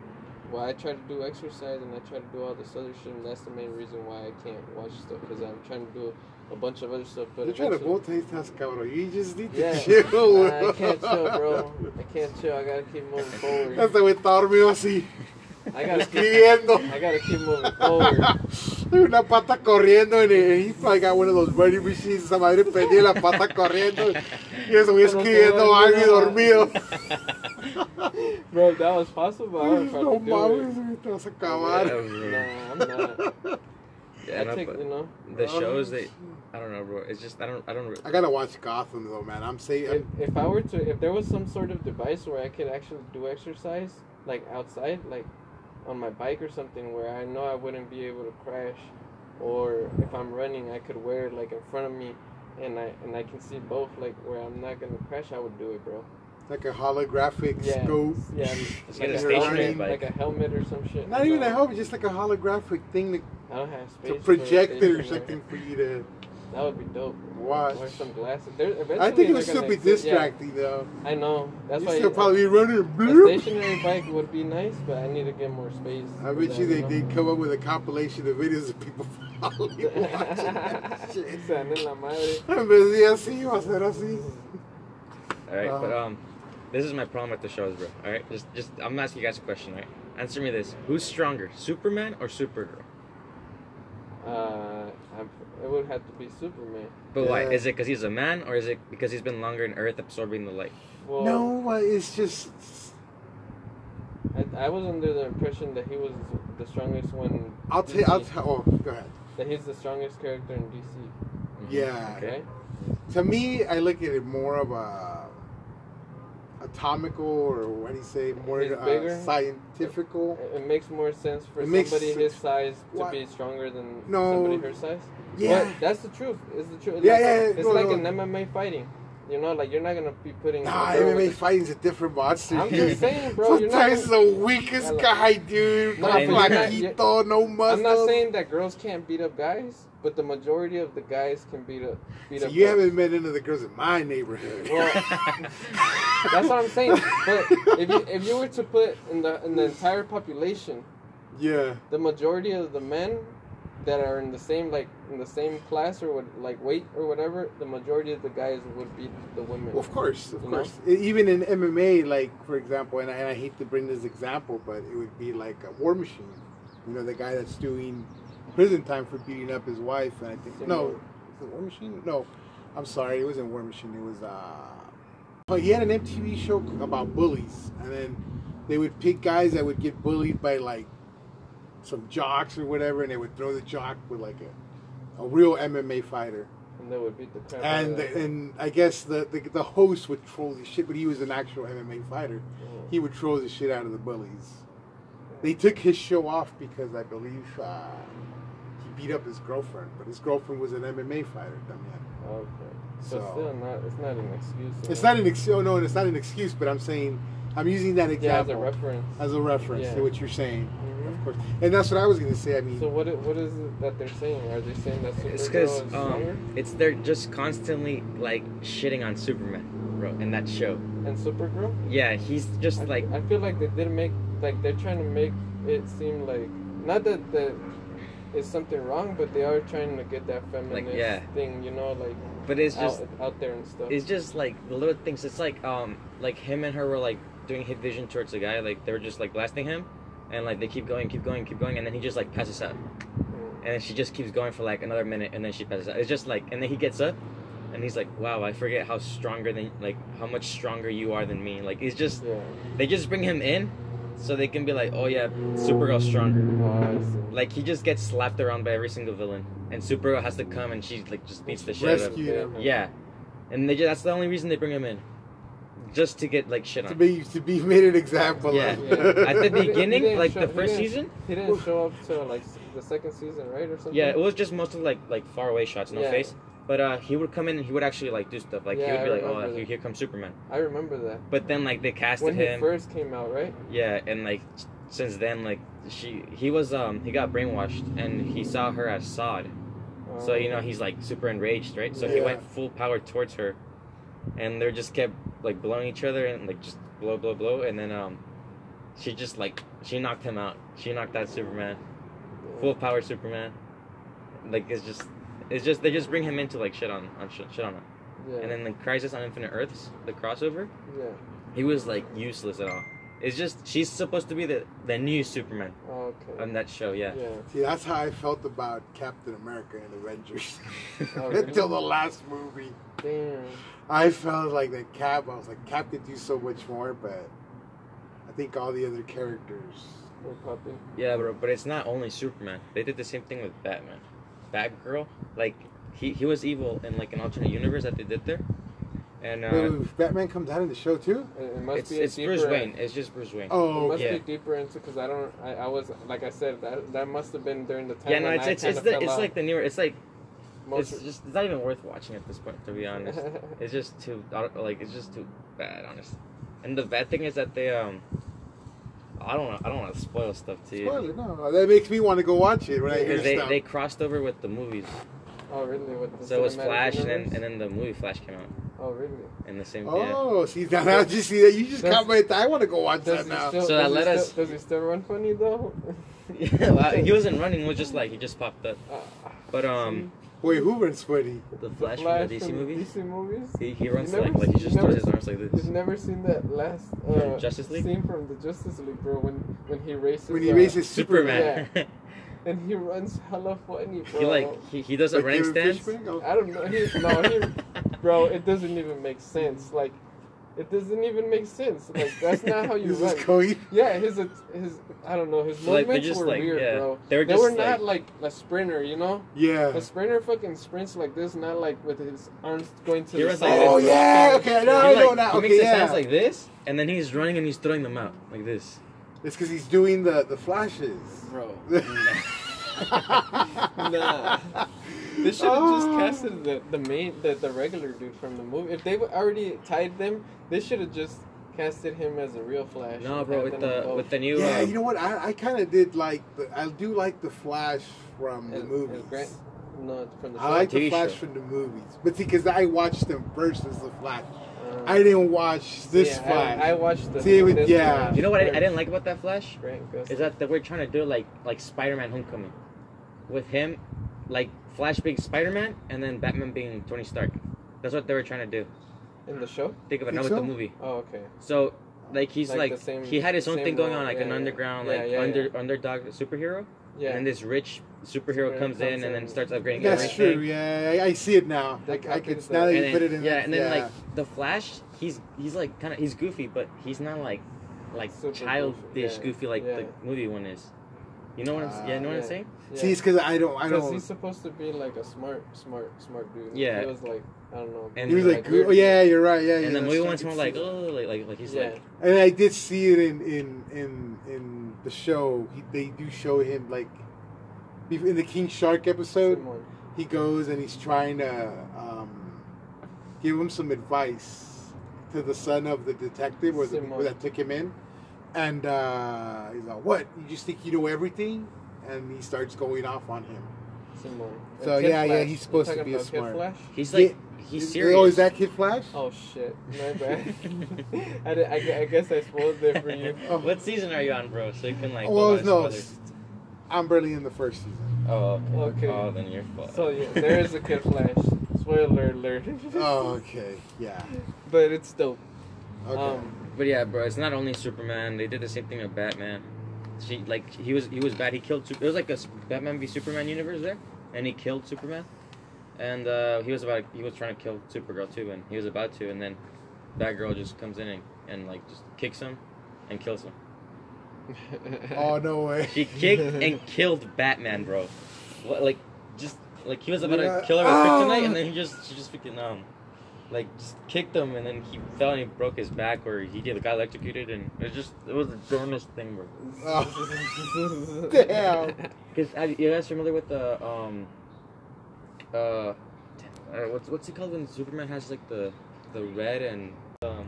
S1: well, I try to do exercise and I try to do all this other shit, and that's the main reason why I can't watch stuff because I'm trying to do a bunch of other stuff. But
S2: You're trying to
S1: eventually-
S2: multitask, cabrón. You just need to
S1: Yeah.
S2: chill.
S1: Nah, I can't chill, bro. I can't chill. I gotta keep moving
S2: Hasta
S1: forward.
S2: aguantarme así,
S1: I gotta keep.
S2: escribiendo.
S1: I gotta keep moving forward.
S2: Hay una pata corriendo en el. He's like got one of those running machines. Esa madre perdí la pata corriendo. Y eso voy
S1: Pero se
S2: escribiendo
S1: va
S2: algo y dormido.
S1: olvidando. Bro, if that was possible, I would
S2: No
S1: fucking do it.
S2: mames, güey, te vas a
S4: Yeah,
S2: acabar.
S4: bro.
S1: Nah, I'm not.
S4: Yeah,
S1: I
S4: no,
S1: take,
S4: but
S1: you know.
S4: the shows that I don't know, bro. It's just I don't I don't.
S2: I gotta watch Gotham though, man. I'm
S1: If,
S2: saying.
S1: if I were to, if there was some sort of device where I could actually do exercise, like outside, like on my bike or something, where I know I wouldn't be able to crash, or if I'm running, I could wear it like in front of me, and I and I can see both, like where I'm not gonna crash, I would do it, bro.
S2: Like a holographic
S1: Yeah,
S2: scope.
S1: yeah.
S4: Let's
S1: Like
S4: get a
S1: a,
S4: stationary
S1: helmet,
S4: bike.
S1: like a helmet or some shit.
S2: Not even
S1: No,
S2: a helmet, just like a holographic thing to,
S1: I don't have space.
S2: to
S1: for a
S2: project it or
S1: stationary.
S2: something for you to
S1: That would be dope.
S2: watch.
S1: Or some glasses. There, eventually
S2: I think it would
S1: they're
S2: still
S1: gonna
S2: be
S1: exist. Yeah,
S2: distracting though.
S1: I know. That's
S2: you
S1: why
S2: still
S1: you-
S2: probably running.
S1: A
S2: bloop.
S1: stationary bike would be nice, but I need to get more space.
S2: I
S1: for
S2: bet
S1: that,
S2: you they
S1: know?
S2: did come up with a compilation of videos of people falling watching that shit.
S1: Se dan en la madre.
S2: En vez de así, va a ser así.
S4: All right, but
S2: Uh-huh.
S4: um, this is my problem with the shows, bro. All right, just just I'm asking you guys a question, all right? Answer me this: Who's stronger, Superman or Supergirl?
S1: Uh, I'm, it would have to be Superman.
S4: But why?
S2: Yeah.
S4: Is it because he's a man, or is it because he's been longer in Earth absorbing the light?
S1: Well,
S2: No, uh, it's just.
S1: I, I was under the impression that he was the strongest one.
S2: I'll
S1: DC,
S2: take. I'll t- oh, go ahead.
S1: That he's the strongest character in DC.
S2: Yeah.
S4: Okay.
S1: Mm-hmm. Okay.
S2: To me, I look at it more of a atomical or what do you say? More
S1: He's
S2: uh,
S1: bigger?
S2: scientifical.
S1: It, it makes more sense for
S2: It makes
S1: somebody
S2: sense.
S1: his size to
S2: Why-
S1: be stronger than
S2: No.
S1: somebody her size.
S2: Yeah.
S1: But that's the truth. It's the truth.
S2: Yeah,
S1: Like,
S2: yeah, yeah.
S1: It's
S2: No,
S1: like
S2: no.
S1: an MMA fighting. You know, like you're not gonna be putting. a
S2: Nah,
S1: girl with
S2: MMA
S1: a-
S2: fighting's a different monster.
S1: I'm
S2: dude.
S1: just saying, bro. You're not
S2: Sometimes
S1: gonna-
S2: the weakest
S1: Yeah, like-
S2: guy, dude.
S1: No,
S2: Not
S4: I'm not-
S2: flaquito, no muscle.
S1: I'm not saying that girls can't beat up guys, but the majority of the guys can beat up. Beat
S2: So
S1: up
S2: you
S1: girls.
S2: haven't met any of the girls in my neighborhood.
S1: Well,
S4: Mm-hmm.
S1: that's what I'm saying. But if you if you were to put in the in the entire population,
S2: yeah.
S1: the majority of the men that are in the same like in the same class or what like weight or whatever, the majority of the guys would beat the women.
S2: Well, of course, of
S1: You know?
S2: course. E- Even in MMA, like for example, and I, and I hate to bring this example, but it would be like a war machine. You know, the guy that's doing prison time for beating up his wife, and I think
S1: Same
S2: no,
S1: way.
S2: is it war machine? No, I'm sorry, it wasn't war machine. It was uh, but he had an MTV show about bullies, and then they would pick guys that would get bullied by like some jocks or whatever, and they would throw the jock with like a, a real MMA fighter
S1: and they would beat the crap. out of
S2: and
S1: them.
S2: and I guess the, the the host would troll the shit, but he was an actual MMA fighter. He would troll the shit out of the bullies. They took his show off because I believe uh, he beat up his girlfriend, but his girlfriend was an MMA fighter. Dumbass.
S1: okay. So,
S2: So-
S1: still not it's not an excuse. you
S2: It's
S1: know?
S2: not an ex- oh, no, it's not an excuse, but I'm saying I'm using that
S1: yeah, as
S2: example
S1: a reference.
S2: as a reference
S1: Yeah.
S2: to what you're saying,
S1: Mhm.
S3: Mm-hmm.
S2: of course. And that's what I was gonna say. I mean,
S1: So what i- what is it that they're saying? Are they saying that Supergirl
S3: It's because
S1: is stronger?
S3: um, it's they're just constantly like shitting on Superman, bro, in that show.
S1: and Supergirl?
S3: Yeah, he's just
S1: I,
S3: like
S1: I feel like they didn't make like they're trying to make it seem like not that the it's something wrong, but they are trying to get that feminist
S3: yeah.
S1: thing, you know, like
S3: but it's just
S1: out, out there and stuff.
S3: it's just like the little things. It's like um like him and her were like doing hit vision towards the guy, like they were just like blasting him, and like they keep going, keep going, keep going, and then he just like passes out,
S1: Mm.
S3: and then she just keeps going for like another minute, and then she passes out. It's just like and then he gets up, and he's like, wow, I forget how stronger than like how much stronger you are than me. Like it's just
S1: yeah.
S3: they just bring him in, so they can be like, oh yeah, Supergirl's stronger.
S1: Oh, I see.
S3: Like he just gets slapped around by every single villain, and Supergirl has to come and she like just beats the shit out of him.
S2: Rescue them.
S3: Yeah, and they just, that's the only reason they bring him in, just to get like shit
S2: to
S3: on.
S2: be to be made an example.
S3: Yeah.
S2: Of.
S1: Yeah.
S3: At
S1: He didn't-
S3: the
S1: he
S3: beginning,
S1: didn't
S3: like
S1: show-
S3: the
S1: he
S3: first
S1: didn't-
S3: season,
S1: He didn't show up till like s- the second season, right, or something?
S3: yeah, it was just mostly like like faraway shots, no
S1: Yeah.
S3: face. But uh, he would come in and he would actually like do stuff. Like
S1: Yeah,
S3: he would be
S1: I
S3: like, oh,
S1: remember
S3: here,
S1: that.
S3: here comes Superman.
S1: I remember that
S3: But then like they casted
S1: when he
S3: him.
S1: first came out, right?
S3: Yeah, and like s- since then, like she he was um he got brainwashed and he saw her as Sod. So you know he's like super enraged, right? So he
S2: Yeah.
S3: went full power towards her, and they just kept like blowing each other and like just blow, blow, blow, and then um, she just like she knocked him out. She knocked out Superman,
S1: Oh,
S3: full power Superman. Like it's just, it's just they just bring him into like shit on on shit, shit on him,
S1: yeah,
S3: and then the Crisis on Infinite Earths, the crossover,
S1: yeah.
S3: he was like useless at all. It's just she's supposed to be the the new Superman
S1: Oh, okay.
S3: on that show, yeah.
S1: yeah.
S2: See, that's how I felt about Captain America and Avengers
S1: Oh, really?
S2: until the last movie.
S1: Damn.
S2: I felt like that Cap. I was like, Cap could do so much more, but I think all the other characters.
S1: Poor puppy.
S3: Yeah, bro, but it's not only Superman. They did the same thing with Batman. Batgirl, like he, he was evil in like an alternate universe that they did there. And
S2: Wait,
S3: uh,
S2: wait, Batman comes out in the show too.
S1: It, it must
S3: it's
S1: be a
S3: it's Bruce
S1: deeper-
S3: Wayne. It's just Bruce Wayne.
S1: It
S2: Oh,
S1: must
S2: okay.
S3: Yeah.
S1: be deeper into because I don't. I, I was like I said that that must have been during the time.
S3: yeah, no,
S1: when
S3: it's
S1: I
S3: it's, it's,
S1: kinda
S3: the,
S1: fell
S3: it's
S1: out.
S3: like the newer. It's like it's
S1: most.
S3: just it's not even worth watching at this point, to be honest. It's just too I don't- like it's just too bad, honestly. And the bad thing is that they um, I don't know, I don't want to spoil stuff to you.
S2: Spoiler, no, that makes me want to go watch it when I hear
S3: Because they,
S2: stuff.
S3: they crossed over with the movies,
S1: oh really? With the
S3: so it was
S1: cinematic
S3: Flash, and then,
S1: universe?
S3: and then the movie Flash came out
S1: oh really?
S3: in the same. yeah.
S2: Oh, see now, now just see that you just
S1: Does-
S2: caught my. I want to go watch
S1: Does
S2: that
S1: he
S2: now.
S1: still,
S3: So
S1: does
S3: that
S1: he
S3: let
S1: still-
S3: us-
S1: Does he still run funny though?
S3: Yeah, well, he wasn't running. It was just like he just popped up.
S1: Uh,
S3: But um,
S2: Wait, who runs Spidey?
S3: the Flash, from the DC
S1: from
S3: movies,
S1: DC movies.
S3: he, he runs
S1: You
S3: like
S1: never
S3: like he
S1: see-
S3: just
S1: you
S3: throws
S1: never
S3: his arms like
S1: You've
S3: this.
S1: never seen that last
S3: From
S1: uh,
S3: Justice League?
S1: scene from the Justice League, bro. When when he races
S2: When he
S1: uh,
S2: races Superman.
S3: Superman.
S1: and he runs hella funny, bro.
S3: he like he, he does a
S2: Like
S3: running
S2: David
S3: stance.
S2: Fishburne? Oh.
S1: I don't know. He, no, he bro it doesn't even make sense like it doesn't even make sense like that's not how you
S2: This
S1: run
S2: is going.
S1: yeah his his i don't know his
S3: So, like, they
S1: movements
S3: just,
S1: were
S3: like,
S1: weird
S3: yeah,
S1: bro
S3: they were
S1: they
S3: just,
S1: were not like a sprinter you know
S2: Yeah.
S1: a sprinter fucking sprints like this not like with his arms going to
S3: He
S1: the
S3: runs
S1: side
S3: like
S2: Oh
S3: this.
S2: yeah. Okay.
S3: he
S2: No,
S3: like,
S2: I know now.
S3: he
S2: Okay.
S3: makes his
S2: Yeah.
S3: hands like this, and then he's running and he's throwing them out like this.
S2: It's because he's doing the the flashes.
S1: bro
S2: nah.
S1: they should have
S2: Oh.
S1: just casted the, the main the, the regular dude from the movie if they already tied them they should have just casted him as a real flash
S3: No,
S1: and
S3: bro,
S1: had
S3: with
S1: them
S3: the
S1: both.
S3: with the new.
S2: Yeah,
S3: um,
S2: you know what? I, I kind of did like the I do like the Flash from the
S1: As- as
S2: movies.
S1: Grant- no, from the
S2: I like
S3: TV
S2: the Flash
S3: show.
S2: from the movies, but see, because I watched them first as the Flash.
S1: Uh,
S2: I didn't watch this
S1: yeah, I-
S2: Flash.
S1: I, watched the.
S2: See, it was-
S1: this
S2: yeah.
S1: one.
S3: you know what I, I didn't like about that Flash
S1: Grant
S3: is
S1: Gustin.
S3: that they were trying to do like like Spider-Man Homecoming. with him, like Flash being Spider Man and then Batman being Tony Stark. That's what they were trying to do.
S1: in the show.
S3: Think of it,
S2: Think
S3: not
S2: so?
S3: with the movie.
S1: Oh, okay.
S3: So, like he's
S1: Like
S3: like,
S1: the same-
S3: he had his own
S1: same
S3: thing going
S1: role.
S3: on, like
S1: Yeah,
S3: an
S1: yeah.
S3: underground,
S1: Yeah,
S3: like
S1: yeah,
S3: under underdog superhero,
S1: Yeah.
S3: and then this rich superhero
S1: Superhero
S3: comes, in,
S1: comes
S3: and
S1: in.
S3: then starts upgrading
S2: That's
S3: everything.
S2: true. Yeah, I, I see it now.
S1: They
S2: I, I
S1: copied
S2: can
S1: the-
S2: now that
S3: uh, And
S2: you
S3: then,
S2: put it in.
S3: yeah, and then
S2: yeah.
S3: like the Flash, he's he's like kind of he's goofy, but he's not like like
S1: Super
S3: childish
S1: goofy, yeah,
S3: goofy, like the
S1: yeah.
S3: movie one is. You know what I'm
S2: Ah,
S3: yeah, you know what
S1: yeah.
S3: I'm saying?
S1: Yeah.
S2: see, it's because I don't, I
S1: Because
S2: don't.
S1: he's supposed to be like a smart, smart, smart dude.
S3: Yeah.
S1: He was like, I don't know.
S3: And
S2: He was
S3: like,
S2: like, oh, yeah, you're right. Yeah, yeah.
S3: and the
S2: that's
S3: movie
S2: true, I
S3: one's
S2: can
S3: more
S2: see
S3: like
S2: that.
S3: oh like like like he's
S1: yeah.
S3: like
S2: And I did see it in in in in the show. He, they do show him like bef- in the King Shark episode.
S1: someone.
S2: He goes and he's trying to um, give him some advice to the son of the detective or the
S1: Simone.
S2: people that took him in. And uh, he's like, "What? You just think you know everything?" And he starts going off on him.
S1: Simone.
S2: So,
S1: And Kid
S2: yeah, yeah,
S1: Flash.
S2: he's
S1: You
S2: supposed to
S1: talking
S2: be a
S1: about Kid
S2: smart.
S1: Flash?
S3: he's
S2: Yeah.
S3: like he's serious.
S2: Oh, is that Kid Flash?
S1: Oh shit, my bad. I, did, I, gu- I guess I spoiled it for you.
S2: Oh.
S3: What season are you on, bro? So you can like.
S2: well,
S3: hold on,
S2: no,
S3: spoilers.
S2: I'm barely in the first season.
S3: Oh,
S1: Okay.
S3: okay. Oh, then you're fucked.
S1: So yeah, there is a Kid Flash. Spoiler alert.
S2: Oh, okay, yeah,
S1: But it's dope.
S2: okay.
S1: Um,
S3: But yeah, bro, it's not only Superman. They did the same thing with Batman. She like he was he was bad. He killed. Sup- It was like a s- Batman v Superman universe there, and he killed Superman. And uh, he was about he was trying to kill Supergirl too, and he was about to, and then Batgirl just comes in and, and like just kicks him, and kills him.
S2: oh no way.
S3: She kicked and killed Batman, bro. What like just like he was about
S2: Yeah.
S3: to kill her with
S2: Ah!
S3: kryptonite, and then he just she just freaking um like just kicked him, and then he fell and he broke his back, or he did got electrocuted, and it just it was the dumbest thing, bro.
S2: Oh. Damn.
S3: Cause I, you guys familiar with the um uh, damn, uh what's what's it called when Superman has like the the red and um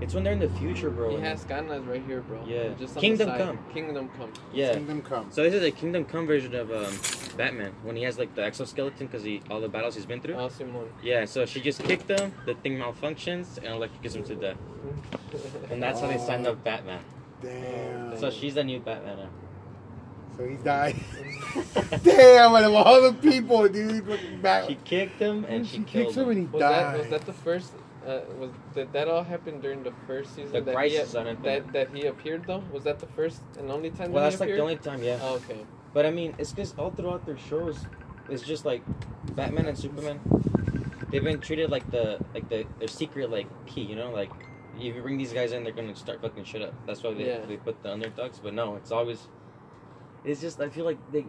S3: it's when they're in the future, bro.
S1: He
S3: and-
S1: has Ghana's right here, bro.
S3: Yeah.
S1: Just on
S3: Kingdom
S1: the side.
S3: Come.
S1: Kingdom Come.
S3: yeah.
S2: Kingdom Come.
S3: So this is a Kingdom Come version of um, Batman when he has like the exoskeleton because he all the battles he's been through.
S1: Oh, Simone.
S3: Yeah, so she just kicked him, the thing malfunctions, and electrocutes him to death. And that's how they signed up Batman.
S2: Damn.
S3: So she's the new Batman
S2: So he died.
S3: now.
S2: Damn, out of all the people, dude, looking back.
S3: she kicked him and she, killed
S2: kicks him
S3: him.
S2: and he
S1: Was that was
S2: died.
S1: that the first? Uh, was did that all happen during the first season?
S3: The
S1: that
S3: crisis
S1: he,
S3: on it.
S1: that that he appeared though. Was that the first and only time?
S3: Well,
S1: that
S3: that's
S1: he
S3: like the
S1: appeared?
S3: only time, yeah.
S1: Oh, okay.
S3: But I mean, it's because all throughout their shows, it's just like Batman and Superman. They've been treated like the like the their secret like key, you know, like if you bring these guys in, they're gonna start fucking shit up. That's why they
S1: Yeah.
S3: they put the underdogs. But no, it's always it's just I feel like they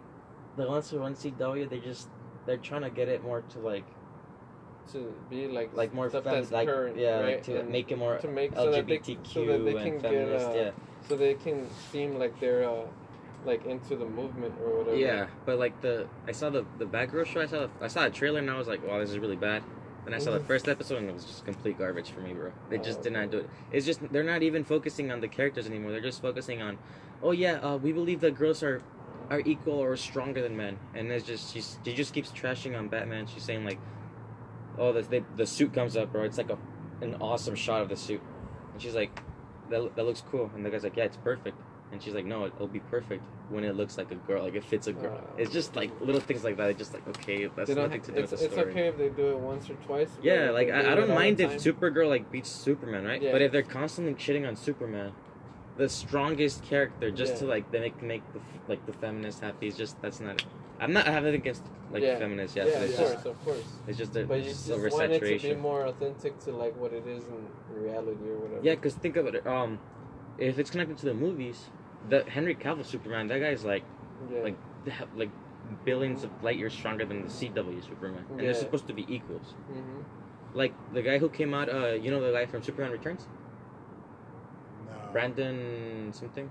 S3: the ones who run CW, they just they're trying to get it more to like
S1: To be like
S3: like more
S1: stuff
S3: fem-
S1: that's
S3: like
S1: current,
S3: yeah,
S1: right?
S3: like to
S1: And
S3: make it more
S1: to make so that they
S3: LGBTQ
S1: so that they can
S3: and
S1: get
S3: feminist.
S1: uh,
S3: yeah.
S1: so they can seem like they're uh, like into the movement or whatever.
S3: Yeah, but like the I saw the the Batgirl show. I saw the, I saw a trailer and I was like, wow, this is really bad. Then I saw the
S1: Mhm.
S3: first episode and it was just complete garbage for me, bro. They just
S1: Oh,
S3: did not do it. It's just they're not even focusing on the characters anymore. They're just focusing on, oh yeah, uh, we believe that girls are are equal or stronger than men. And it's just she's she just keeps trashing on Batman. She's saying like, oh the they, the suit comes up, bro. It's like a an awesome shot of the suit. And she's like, that, that looks cool. And the guy's like, yeah, it's perfect. And she's like, no, it'll be perfect when it looks like a girl, like it fits a girl.
S1: Oh.
S3: it's just like little things like that. It's just like, okay, that's
S1: They don't
S3: nothing
S1: ha-
S3: to do
S1: it's,
S3: with the
S1: it's
S3: story.
S1: okay if they do it once or twice. but
S3: Yeah,
S1: if
S3: like
S1: they do
S3: I, I
S1: it
S3: don't
S1: all the
S3: mind if
S1: time-
S3: Supergirl like beats Superman, right?
S1: Yeah.
S3: But if they're constantly shitting on Superman, the strongest character just
S1: Yeah.
S3: to like they make make the f- like the feminists happy is just that's not. I'm not having against like
S1: Yeah.
S3: feminists,
S1: Yeah,
S3: yeah. but
S1: of
S3: it's
S1: course,
S3: just
S1: of course.
S3: it's just a
S1: But you
S3: just
S1: just want it to be
S3: oversaturation.
S1: more authentic to like what it is in reality or whatever.
S3: Yeah, because think about it. Um, if it's connected to the movies, the Henry Cavill Superman, that guy's like
S1: yeah.
S3: like have, like billions of light years stronger than the CW Superman, and
S1: Yeah.
S3: they're supposed to be equals.
S1: hmm
S3: Like the guy who came out, uh, you know the guy from Superman Returns,
S2: No.
S3: Brandon something.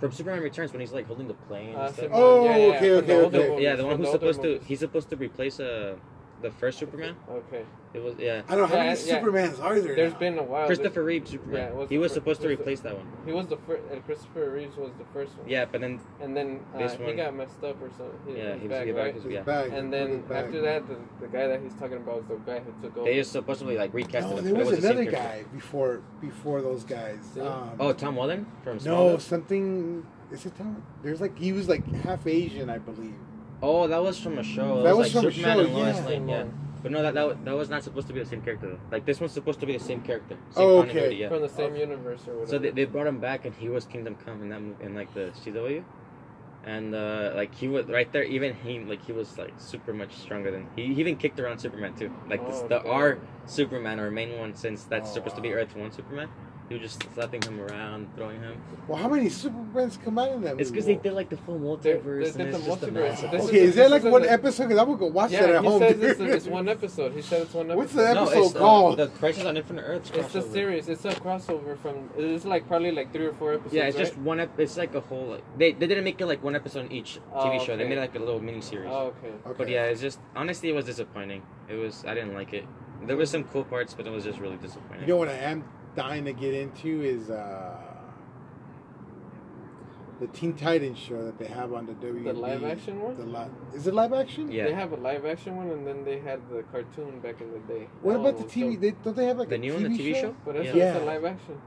S3: From Superman Returns, when he's like holding the plane.
S1: Uh,
S3: and stuff.
S1: Superman-
S2: Oh,
S1: yeah, yeah,
S2: okay,
S1: from
S2: okay,
S1: the
S2: okay.
S1: older movies,
S3: yeah, the
S1: from
S3: one who's
S1: older
S3: supposed to
S1: movies.
S3: he's supposed to replace uh the first Superman.
S1: Okay,
S3: It was yeah.
S2: I don't know how
S1: Yeah,
S2: many
S1: yeah.
S2: Supermans are there.
S1: there's
S2: now?
S1: been a while.
S3: Christopher Reeve Superman.
S1: Uh, yeah, it was
S3: he
S1: the
S3: was
S1: fir-
S3: supposed to
S1: was the-
S3: replace that one.
S1: He was the first. Uh, Christopher Reeves was the first one.
S3: Yeah, but then
S1: And then uh,
S3: This
S1: he
S3: one.
S1: got messed up or something. He,
S3: yeah,
S1: he's
S3: he was
S1: back,
S3: he
S1: right?
S3: back,
S2: He's
S3: yeah.
S2: back.
S1: And then
S2: He's back.
S1: after that, the, the guy that he's talking about is the guy who took over.
S3: They just supposedly like recast
S2: no,
S3: it.
S2: there
S3: but it
S2: was,
S3: the same
S2: another
S3: character.
S2: guy before before those guys.
S1: Yeah.
S2: Um,
S3: Oh, Tom Welling from
S2: no,
S3: Smallville?
S2: something Is it Tom? There's like he was like half Asian, I believe.
S3: Oh, that was from a show. It
S2: That
S3: was,
S2: was
S3: like
S2: from a
S3: Superman
S2: show,
S3: and Lois
S2: yeah.
S3: Lane. Yeah. But no, that, that wa- that was not supposed to be the same character. Though. Like this one's supposed to be the same character. Same
S2: Oh, okay.
S3: continuity, yeah.
S1: From the same universe or whatever.
S3: So they, they brought him back, and he was Kingdom Come in that movie, in like the CW, and uh, like he was right there. Even him, like he was like super much stronger than he. he even kicked around Superman too. Like this,
S1: Oh,
S3: the
S1: okay.
S3: R Superman or main one, since that's
S2: Oh,
S3: supposed to be Earth One Superman. He was just slapping him around, throwing him.
S2: Well, how many Supermans come out in that?
S3: It's because
S2: movie?
S3: they did like the full
S1: They- they
S3: multiverse,
S1: did
S3: and
S1: the
S3: it's just a
S1: multiverse.
S3: mess.
S1: This
S2: okay,
S1: is-
S2: is, there
S1: this
S2: like
S1: is
S2: one
S1: a-
S2: episode? Because I'm gonna go watch
S1: yeah,
S2: that at
S1: he
S2: home.
S1: says
S2: dude.
S1: it's, it's one episode. He said it's one episode.
S2: What's the
S3: No,
S2: episode
S3: it's the,
S2: called?
S3: the Crisis on Infinite Earths.
S1: It's the
S3: crossover.
S1: series. It's a crossover from. It's like probably like three or four episodes.
S3: Yeah, it's
S1: right?
S3: just one. Ep- it's like a whole. Like, they they didn't make it like one episode in each TV
S1: Oh,
S3: show. They
S1: okay.
S3: made it like a little mini series.
S1: Oh, okay.
S2: okay.
S3: But yeah, it's just honestly, it was disappointing. It was I didn't like it. There was some cool parts, but it was just really
S2: You
S3: disappointing.
S2: know what I am dying to get into is uh, the Teen Titans show that they have on the WB.
S1: The live action one.
S2: The li- is it live action?
S3: yeah,
S1: They have a live action one, and then they had the cartoon back in the day.
S2: What
S1: That
S2: about the
S1: one was
S2: TV?
S1: dope.
S2: They, don't they have like
S3: the
S2: a
S3: new
S2: TV
S3: one, the TV show.
S1: But that's
S3: Yeah.
S1: just
S2: Yeah.
S1: a live action.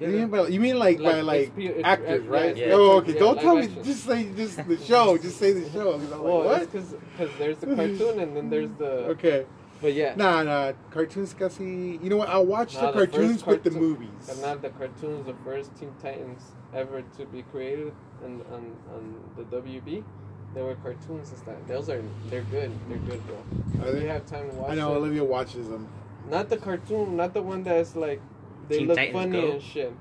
S2: You, mean by, you mean like, by like
S1: it's pe- it's-
S2: actors,
S1: yeah,
S2: right?
S1: it's
S3: Yeah.
S2: Oh,
S1: actors,
S2: okay.
S1: yeah,
S2: don't
S1: live
S2: tell me.
S1: action.
S2: Just say just the show. just say the show. 'cause I'm like,
S1: Well,
S2: what?
S1: because there's the cartoon and then there's the.
S2: Okay.
S1: But yeah,
S2: Nah, nah. Cartoons, casi. You know what? I'll watch
S1: Nah,
S2: the
S1: the first
S2: cartoons with the
S1: cartoon-
S2: movies.
S1: and not the cartoons. The first Teen Titans ever to be created on on, on the WB. There were cartoons and stuff. Those are they're good. They're good, bro.
S2: Are
S1: If
S2: they-
S1: you have time to watch.
S2: I know
S1: them.
S2: Olivia watches them.
S1: Not the cartoon, not the one that's like they
S3: Teen
S1: look
S3: Titans
S1: funny
S3: Go?
S1: and shit.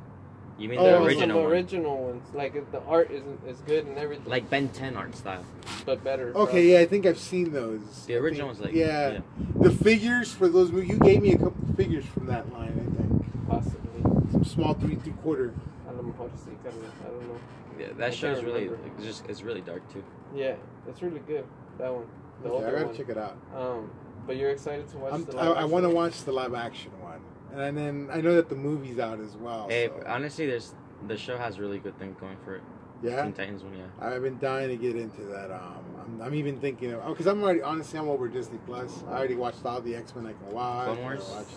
S3: You mean
S2: Oh,
S3: the
S1: Those are
S3: original
S1: the
S3: one,
S1: original ones. Like if the art isn't is good and everything,
S3: like Ben Ten art style.
S1: but better.
S2: Okay, yeah, I think I've seen those.
S3: The original
S2: I
S3: was
S2: think-
S3: like
S2: yeah. The figures for those movies, you gave me a couple figures from that line, I think.
S1: probably, possibly.
S2: Some small three three quarter.
S1: I don't know how to say it, I don't know. I don't know.
S3: yeah,
S1: I
S3: that show is
S1: can't
S3: really
S1: remember.
S3: it's just it's really dark too.
S1: Yeah, it's really good. That one, the
S2: Okay, I
S1: older
S2: gotta
S1: one.
S2: check it out.
S1: Um, but you're excited to watch
S2: I'm,
S1: the.
S2: I,
S1: live
S2: I
S1: action?
S2: want to watch the live action one, and then I know that the movie's out as well.
S3: Hey,
S2: so-
S3: Eh, honestly, there's the show has really good things going for it.
S2: yeah,
S3: Teen Titans one, yeah.
S2: I've been dying to get into that. Um, I'm, I'm even thinking of because I'm already honestly I'm over Disney Plus. I already watched all the X Men I can watch.
S3: Clone
S2: I
S3: Wars?
S2: watched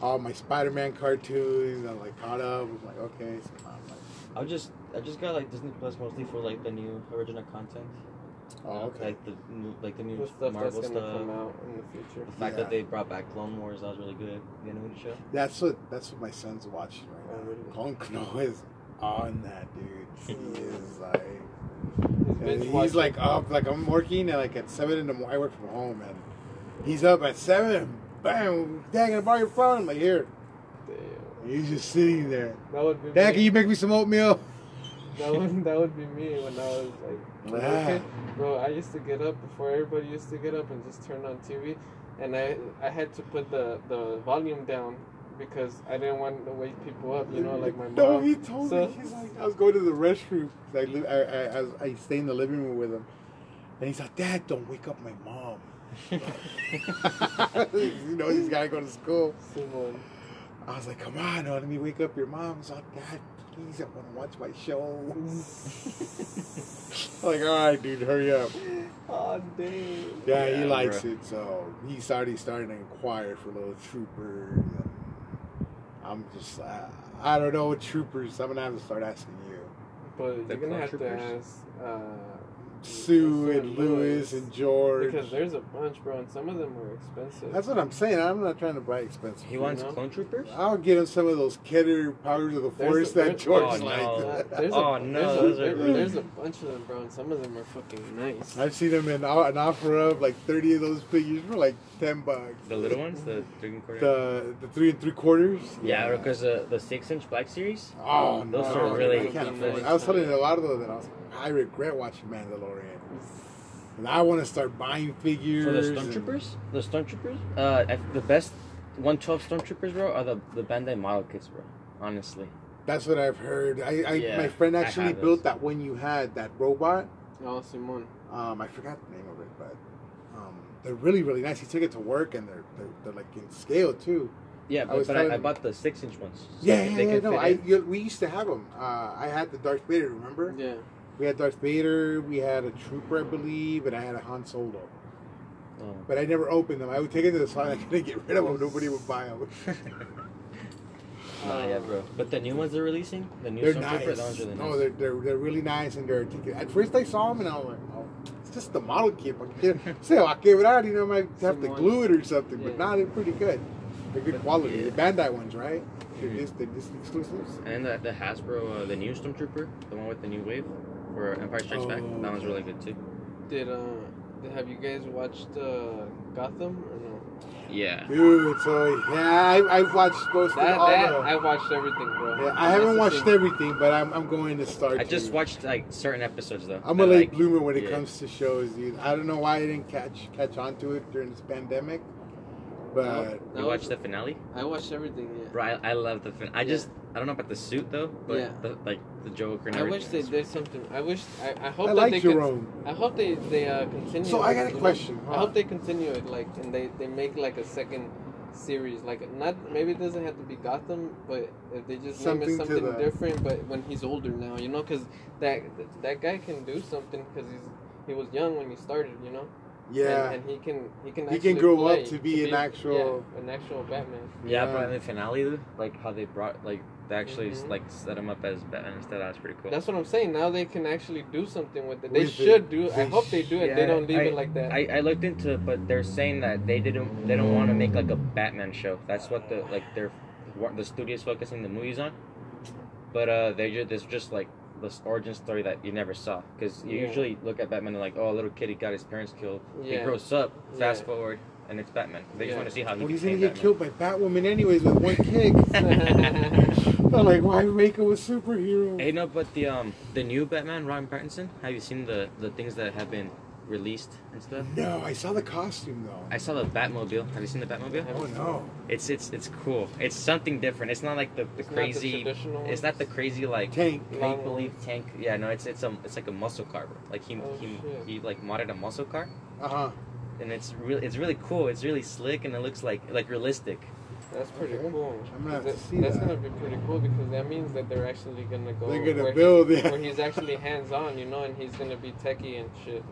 S2: all my Spider Man cartoons. I'm like caught up. I'm like okay, so now I'm like
S3: I just I just got like Disney Plus mostly for like the new original content.
S2: oh okay.
S3: Like the new like the
S1: The
S3: new
S1: stuff
S3: Marvel
S1: that's
S3: stuff.
S1: gonna come out in the future.
S3: The fact
S2: Yeah.
S3: that they brought back Clone Wars, that was really good. The animated show.
S2: That's what that's what my son's watching right
S1: Oh,
S2: now.
S1: really?
S2: Colin Cano is on that dude. He is like and
S1: binge
S2: he's
S1: watching.
S2: like uh, up like I'm working at like at seven in the morning. I work from home and he's up at seven. Bam, Dad, can I borrow your phone? I'm like here.
S1: Damn.
S2: And he's just sitting there.
S1: That would be.
S2: Dad, can
S1: me.
S2: you make me some oatmeal?
S1: That would that would be me when I was like. When I was a
S2: Ah.
S1: kid, Bro, I used to get up before everybody used to get up and just turn on TV, and I I had to put the the volume down because I didn't want to wake people up. You know, like my mom.
S2: No, he told
S1: So-
S2: me. He's like, I was going to the restroom. Like, li- I, I, I, was, I stay in the living room with him, and he's like, Dad, don't wake up my mom. you know, he's got to go to school.
S1: Simone.
S2: I was like, Come on, no, let me wake up your mom. He's like, Dad, please, I want to watch my show. I'm like, all right, dude, hurry up.
S1: oh dang.
S2: Yeah, he
S3: Yeah,
S2: likes it, so he's already starting to inquire for little troopers. And I'm just, I, I don't know, troopers. I'm gonna have to start asking you.
S1: But you're
S4: The
S1: gonna have to
S4: Clontroopers.
S1: ask. Uh,
S2: Sue and Lewis and George.
S1: Because there's a bunch, bro, and some of them are expensive.
S2: That's what I'm saying. I'm not trying to buy expensive.
S3: He wants
S1: know?
S3: Clone Troopers?
S2: I'll get him some of those Keter powers of the
S1: There's
S2: forest
S1: a-
S2: that
S1: there's-
S2: George
S3: oh, no.
S1: Uh,
S2: likes.
S1: there's
S3: Oh,
S1: a,
S3: no,
S1: there's a,
S3: those
S1: there-
S3: are really-
S1: there's a bunch of them, bro, and some of them are fucking nice.
S2: I've seen him in an offer up like 30 of those figures for like 10 bucks.
S3: The little ones, the three and quarter.
S2: The, the three and three quarters.
S3: yeah, because uh, the six inch black series.
S2: Oh,
S3: Those
S2: no,
S3: are really
S2: I can't
S1: fucking
S2: afford it.
S1: nice.
S2: I was telling a lot of those that I was like, I regret watching Mandalorian. And I want to start buying figures.
S3: For the
S2: and-
S3: stormtroopers, the stormtroopers, uh, if the best one twelve stormtroopers, bro, are the the Bandai model kits, bro. Honestly,
S2: That's what I've heard. I, I
S3: Yeah,
S2: my friend
S3: I
S2: actually
S3: have those.
S2: built that one you had, that robot.
S1: Oh, Simone.
S2: Um, I forgot the name of it, but um, they're really really nice. He took it to work, and they're they're, they're like in scale too.
S3: yeah,
S2: I
S3: but,
S2: was
S3: but I, I
S2: telling-
S3: bought the six inch ones. so
S2: yeah, yeah,
S3: they
S2: yeah.
S3: can
S2: No,
S3: fit
S2: I
S3: in.
S2: you, we used to have them. Uh, I had the Darth Vader. Remember?
S1: Yeah.
S2: We had Darth Vader. We had a trooper, I believe, and I had a Han Solo.
S3: Oh.
S2: But I never opened them. I would take it to the side. I couldn't get rid of them. Nobody would buy them.
S3: Nah,
S1: Um,
S3: yeah, bro. But the new ones they're releasing, the new
S2: They're
S3: Stormtrooper,
S2: nice.
S3: that one's really nice.
S2: No, they're, they're they're really nice and they're articulate. At first, I saw them and I was like, oh, it's just the model kit. But you know, say, oh, I gave it out, you know, I might have to
S1: Someone-
S2: glue it or something. But
S1: Yeah.
S2: now they're pretty good. They're good
S1: But-
S2: quality.
S1: yeah.
S2: The Bandai ones, right? They're
S3: Mhm.
S2: just they're just exclusives.
S3: And then the, the Hasbro, uh, the new Stormtrooper, the one with the new wave, for Empire Strikes Back,
S2: Oh,
S3: that one's
S2: okay.
S3: really good too.
S1: Did uh, did- have you guys watched uh, Gotham or no?
S3: Yeah.
S2: Dude, so yeah, I, I've watched most
S1: That,
S2: of all
S1: that
S2: the.
S1: I watched everything, bro.
S2: Oh, yeah, I
S1: That's
S2: haven't
S1: the
S2: watched
S1: thing.
S2: everything, but I'm, I'm going to start.
S3: I just
S2: to.
S3: watched like certain episodes though.
S2: I'm a
S3: that,
S2: late
S3: like,
S2: bloomer when it
S3: yeah.
S2: comes to shows, dude. I don't know why I didn't catch catch on to it during this pandemic, but
S1: That
S3: You
S1: was-
S3: watched the finale?
S1: I watched everything. Yeah.
S3: Bro, I, I love the fin. I
S1: Yeah.
S3: just I don't know about the suit though, but
S1: Yeah.
S3: the, like the Joker. And
S1: I wish
S3: everything
S1: they
S3: is-
S1: did something. I wish. I, I
S2: I,
S1: hope that they
S2: like
S1: could-
S2: Jerome.
S1: I hope they they uh, continue.
S2: So I
S1: it,
S2: got a
S1: you know?
S2: question.
S1: I hope they continue it, like, and they they make like a second series, like not maybe it doesn't have to be Gotham, but if they just
S2: Something
S1: name
S2: to
S1: it something
S2: the-
S1: different, but when he's older now, you know, because that that guy can do something because he's he was young when he started, you know,
S2: yeah,
S1: and, and he can he can
S2: He can
S1: actually
S2: grow up
S1: play
S2: to be an actual-
S1: yeah, an actual Batman.
S3: Yeah, but in the finale, though, like how they brought like they actually
S1: Mhm.
S3: like set him up as Batman instead. That's pretty cool.
S1: That's what I'm saying. Now they can actually do something with it. They
S2: With it.
S1: should do. I
S2: They
S1: hope they do it.
S3: Yeah,
S1: they don't leave
S3: I-
S1: it like that.
S3: I, I looked into it, but they're saying that they didn't they don't want to make like a Batman show. That's what the like they're what the studio's focusing the movies on. But uh, they just it's just like this origin story that you never saw because you
S1: Yeah.
S3: usually look at Batman and like oh a little kid he got his parents killed he
S1: Yeah.
S3: grows up fast
S1: Yeah.
S3: forward and it's Batman they just
S1: Yeah.
S3: want to see how he
S2: well, he's gonna
S3: became
S2: get
S3: Batman.
S2: killed by Batwoman anyways with one kick. I'm like, why make him a superhero?
S3: Hey no, but the um the new Batman Robin Pattinson have you seen the the things that have been released and stuff?
S2: No, I saw the costume though.
S3: I saw the Batmobile. Have you seen the Batmobile?
S2: oh no,
S3: It's it's it's cool. It's something different. It's not like the, the
S1: It's not the
S3: crazy.
S1: traditional
S3: it's not the crazy like
S2: tank.
S3: make believe tank. Yeah, no, it's it's um it's like a muscle car. Bro. Like he
S1: Oh,
S3: he,
S1: shit.
S3: he like modded a muscle car,
S2: Uh huh.
S3: and it's really it's really cool. It's really slick and it looks like like realistic.
S1: That's pretty
S2: Okay.
S1: cool.
S2: I'm gonna have
S1: That-
S2: to see
S1: that's
S2: that.
S1: gonna be pretty cool because that means that they're actually gonna go.
S2: They're gonna
S1: where,
S2: build it.
S1: where he's actually hands on, you know, and he's gonna be techie and shit.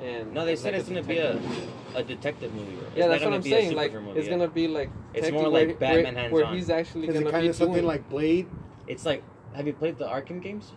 S1: And, and
S3: No, they
S1: and
S3: said
S1: like
S3: it's gonna be
S1: detective.
S3: a a detective movie. Bro.
S1: Yeah,
S3: it's
S1: that's
S3: not
S1: what
S3: gonna
S1: I'm
S3: be
S1: saying.
S3: A
S1: Like,
S3: superhero movie,
S1: it's
S3: yeah.
S1: gonna be like
S3: It's
S1: techie
S3: more
S1: where-
S3: like Batman
S1: where,
S3: hands
S1: where
S3: on.
S1: he's actually
S2: Is
S1: gonna be
S2: it kind of
S1: doing.
S2: something like Blade?
S3: It's like, have you played the Arkham games?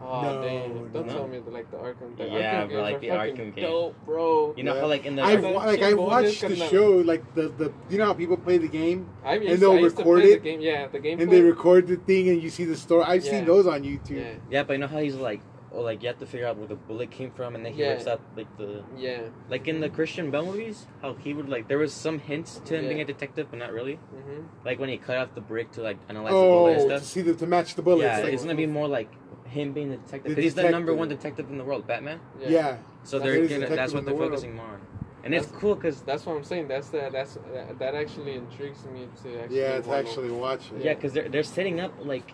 S1: oh,
S2: No,
S1: damn, don't
S3: no.
S1: tell me that, like the Arkham. The
S3: Yeah,
S1: Arkham
S3: bro, like
S1: games
S3: the
S1: are fucking
S3: Arkham game.
S1: Dope, bro.
S3: You know
S2: Yeah.
S3: how like in the
S2: I've
S1: Batman
S2: wa- like
S1: shit
S2: I
S1: bonus
S2: watched the
S1: can, uh,
S2: show, like the the you know how people play the game
S1: I used,
S2: and they'll
S1: I used to
S2: record
S1: play
S2: it,
S1: The game, yeah, the game.
S2: and they record the thing and you see the story. I've
S1: Yeah.
S2: seen those on YouTube.
S1: Yeah,
S3: yeah, but you know how he's like. Oh, like you have to figure out where the bullet came from, and then he
S1: Yeah.
S3: looks up like the
S1: yeah.
S3: Like in the Christian Bell movies, how he would like there was some hints to him
S1: Yeah.
S3: being a detective, but not really.
S1: hmm
S3: Like when he cut off the brick to like analyze the bullet
S2: Oh,
S3: and
S2: to
S3: stuff.
S2: see the to match the bullets.
S3: yeah,
S2: like-
S3: it's gonna be more like him being the detective.
S2: The
S3: 'Cause he's the number
S2: detective.
S3: one detective in the world, Batman.
S2: yeah.
S3: So
S1: That's
S3: they're
S1: his
S3: gonna,
S2: detective
S3: that's
S2: in
S3: what
S2: the
S3: they're
S2: world.
S3: focusing more on, and it's cool because
S1: That's what I'm saying. That's the, that's that, that actually intrigues me to actually.
S2: yeah, to
S1: wanna-
S2: actually watch it.
S3: yeah, because they're they're setting up like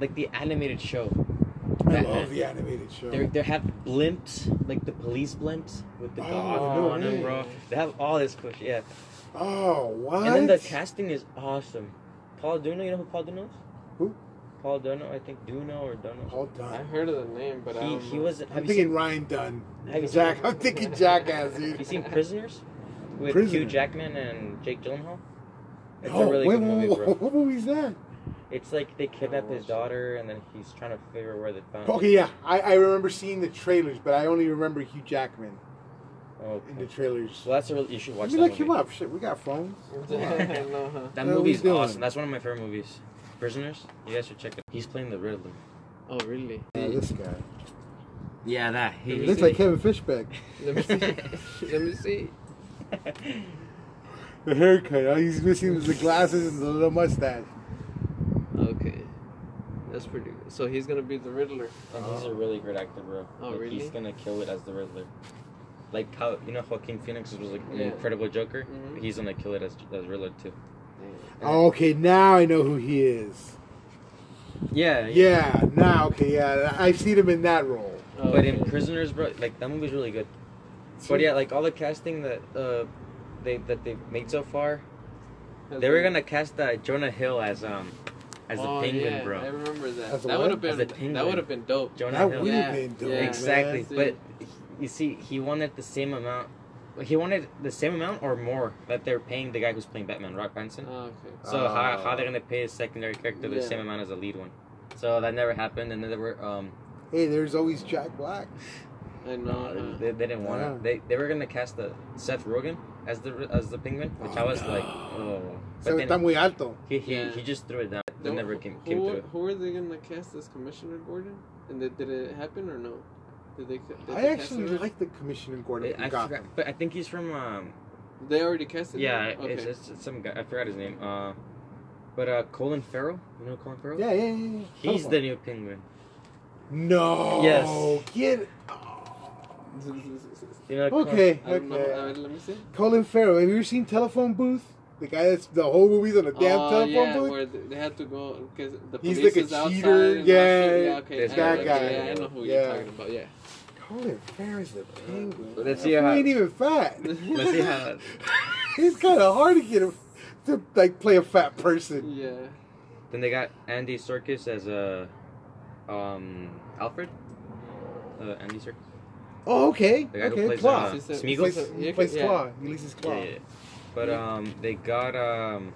S3: like the animated show.
S2: I
S3: Batman.
S2: love the animated show.
S3: They they have blimps like the police blimps with the
S2: Oh,
S3: dog
S2: no
S3: on them,
S2: way.
S3: bro. They have all this push, yeah.
S2: Oh, what?
S3: And then the casting is awesome. Paul Duno, you know who Paul Duno is?
S2: Who? Oh,
S3: Paul Duno, I think Duno or Duno.
S2: Hold
S1: I
S2: on.
S1: heard of the name, but I
S3: he
S1: don't
S3: he
S1: know.
S3: was.
S2: I'm
S3: Have you
S2: thinking
S3: seen,
S2: Ryan Dunn.
S3: have you seen,
S2: Jack. I'm thinking Jackass, dude.
S3: you seen Prisoners with
S2: Prisoner.
S3: Hugh Jackman and Jake Gyllenhaal? It's
S2: oh,
S3: a really
S2: wait,
S3: good
S2: wait,
S3: movie,
S2: wait,
S3: bro.
S2: What movie's that?
S3: It's like they kidnap his
S1: Oh, shit.
S3: daughter and then he's trying to figure where they found.
S2: Okay, yeah. I, I remember seeing the trailers, but I only remember Hugh Jackman
S3: Oh,
S2: in the trailers.
S3: well, that's a real. You should watch
S2: Let me
S3: that
S2: look
S3: movie.
S2: him up. Shit, we got phones.
S1: no, huh?
S3: That
S2: What are
S3: movie
S2: we
S3: is
S2: doing?
S3: awesome. That's one of my favorite movies. Prisoners. You guys should check it. He's playing the Riddler.
S1: Oh, really?
S2: Yeah, this guy.
S3: Yeah, that. He,
S2: He looks like Kevin Fishback.
S1: Let me see. Let me see.
S2: The haircut. All he's missing is the glasses and the little mustache.
S1: Okay, that's pretty. good. So he's gonna be the Riddler.
S3: And he's a really great actor, bro.
S1: Oh,
S3: like,
S1: really?
S3: He's gonna kill it as the Riddler. Like how you know Joaquin Phoenix was like an
S1: Yeah.
S3: incredible Joker.
S1: Mhm.
S3: He's gonna kill it as as Riddler too.
S2: Oh, okay, now I know who he is.
S3: Yeah,
S2: Yeah, now okay, yeah. I've seen him in that role.
S1: Oh,
S3: But in
S1: okay.
S3: Prisoners, bro, like that movie's really good. But yeah, like all the casting that uh they that they've made so far,
S1: That's
S3: they were
S1: the-
S3: gonna cast uh, Jonah Hill as um as the
S1: Oh,
S3: Penguin,
S1: yeah, I
S3: bro.
S1: remember that.
S2: As a
S1: that
S2: what?
S1: would have
S3: As a
S1: been that
S3: penguin.
S1: would have been dope.
S3: Jonah
S2: That
S3: Hill.
S2: would
S1: Yeah,
S2: have been dope.
S1: yeah.
S2: man.
S3: exactly.
S1: That's
S3: But
S1: it.
S3: you see, he wanted the same amount Like, he wanted the same amount or more that they're paying the guy who's playing Batman, Rock Pattinson.
S1: Oh, okay.
S3: So how,
S4: Oh.
S3: how they're gonna pay his secondary character the
S1: Yeah.
S3: same amount as the lead one? So that never happened, and then they were um
S2: Hey, there's always Jack Black.
S1: I know.
S3: they, they didn't want
S2: Yeah.
S3: it. They they were gonna cast the Seth Rogen as the as the Penguin, which I
S2: Oh,
S3: was
S2: no.
S3: like, oh,
S2: So
S3: but
S2: está
S3: then
S2: muy alto.
S3: he he,
S1: Yeah.
S3: he just threw it down. They
S1: Don't-
S3: never came came
S1: who,
S3: through.
S1: who are they gonna cast as Commissioner Gordon? And did, did it happen or no? Did they? Did
S2: I
S1: they cast
S2: actually
S1: him?
S2: like the Commissioner Gordon
S3: It,
S2: from
S3: I forgot,
S2: Gotham.
S3: but I think he's from um
S1: They already casted.
S3: yeah
S1: him? Okay.
S3: it's, it's, it's some guy I forgot his name uh but uh Colin Farrell you know Colin Farrell
S2: Yeah, yeah, yeah. yeah.
S3: he's
S2: Telephone.
S3: the new Penguin
S2: No.
S3: Yes.
S2: Get.
S3: you know Colin-
S2: Okay.
S1: I don't know.
S2: Okay.
S1: Uh, let me see.
S2: Colin Farrell. Have you ever seen Telephone Booth? The guy that's the whole movie's on a damn
S1: Oh,
S2: telephone
S1: yeah,
S2: booth.
S1: where they they had to go because the
S2: He's
S1: police
S2: like a
S1: is outside.
S2: cheater,
S1: and
S2: yeah,
S1: watching- yeah, okay,
S3: this
S1: I
S2: guy
S1: know,
S2: guy.
S1: yeah, I know who
S2: Yeah.
S1: you're talking about. Yeah.
S2: Colin Farrell's the penguin.
S3: Let's
S2: That
S3: see
S2: fool
S3: how-
S2: ain't even fat.
S3: let's see how
S2: it's kind of hard to get him to like play a fat person.
S1: Yeah.
S3: then they got Andy Serkis as a um Alfred uh, Andy Serkis
S2: Oh, okay.
S3: The guy who
S2: okay,
S3: plays,
S2: Claw.
S3: uh,
S1: She said-
S2: He
S3: Smeagol?
S2: plays,
S1: she said-
S2: he plays
S1: yeah.
S2: Claw. Ulysses Claw.
S3: yeah, yeah, yeah. but um they got um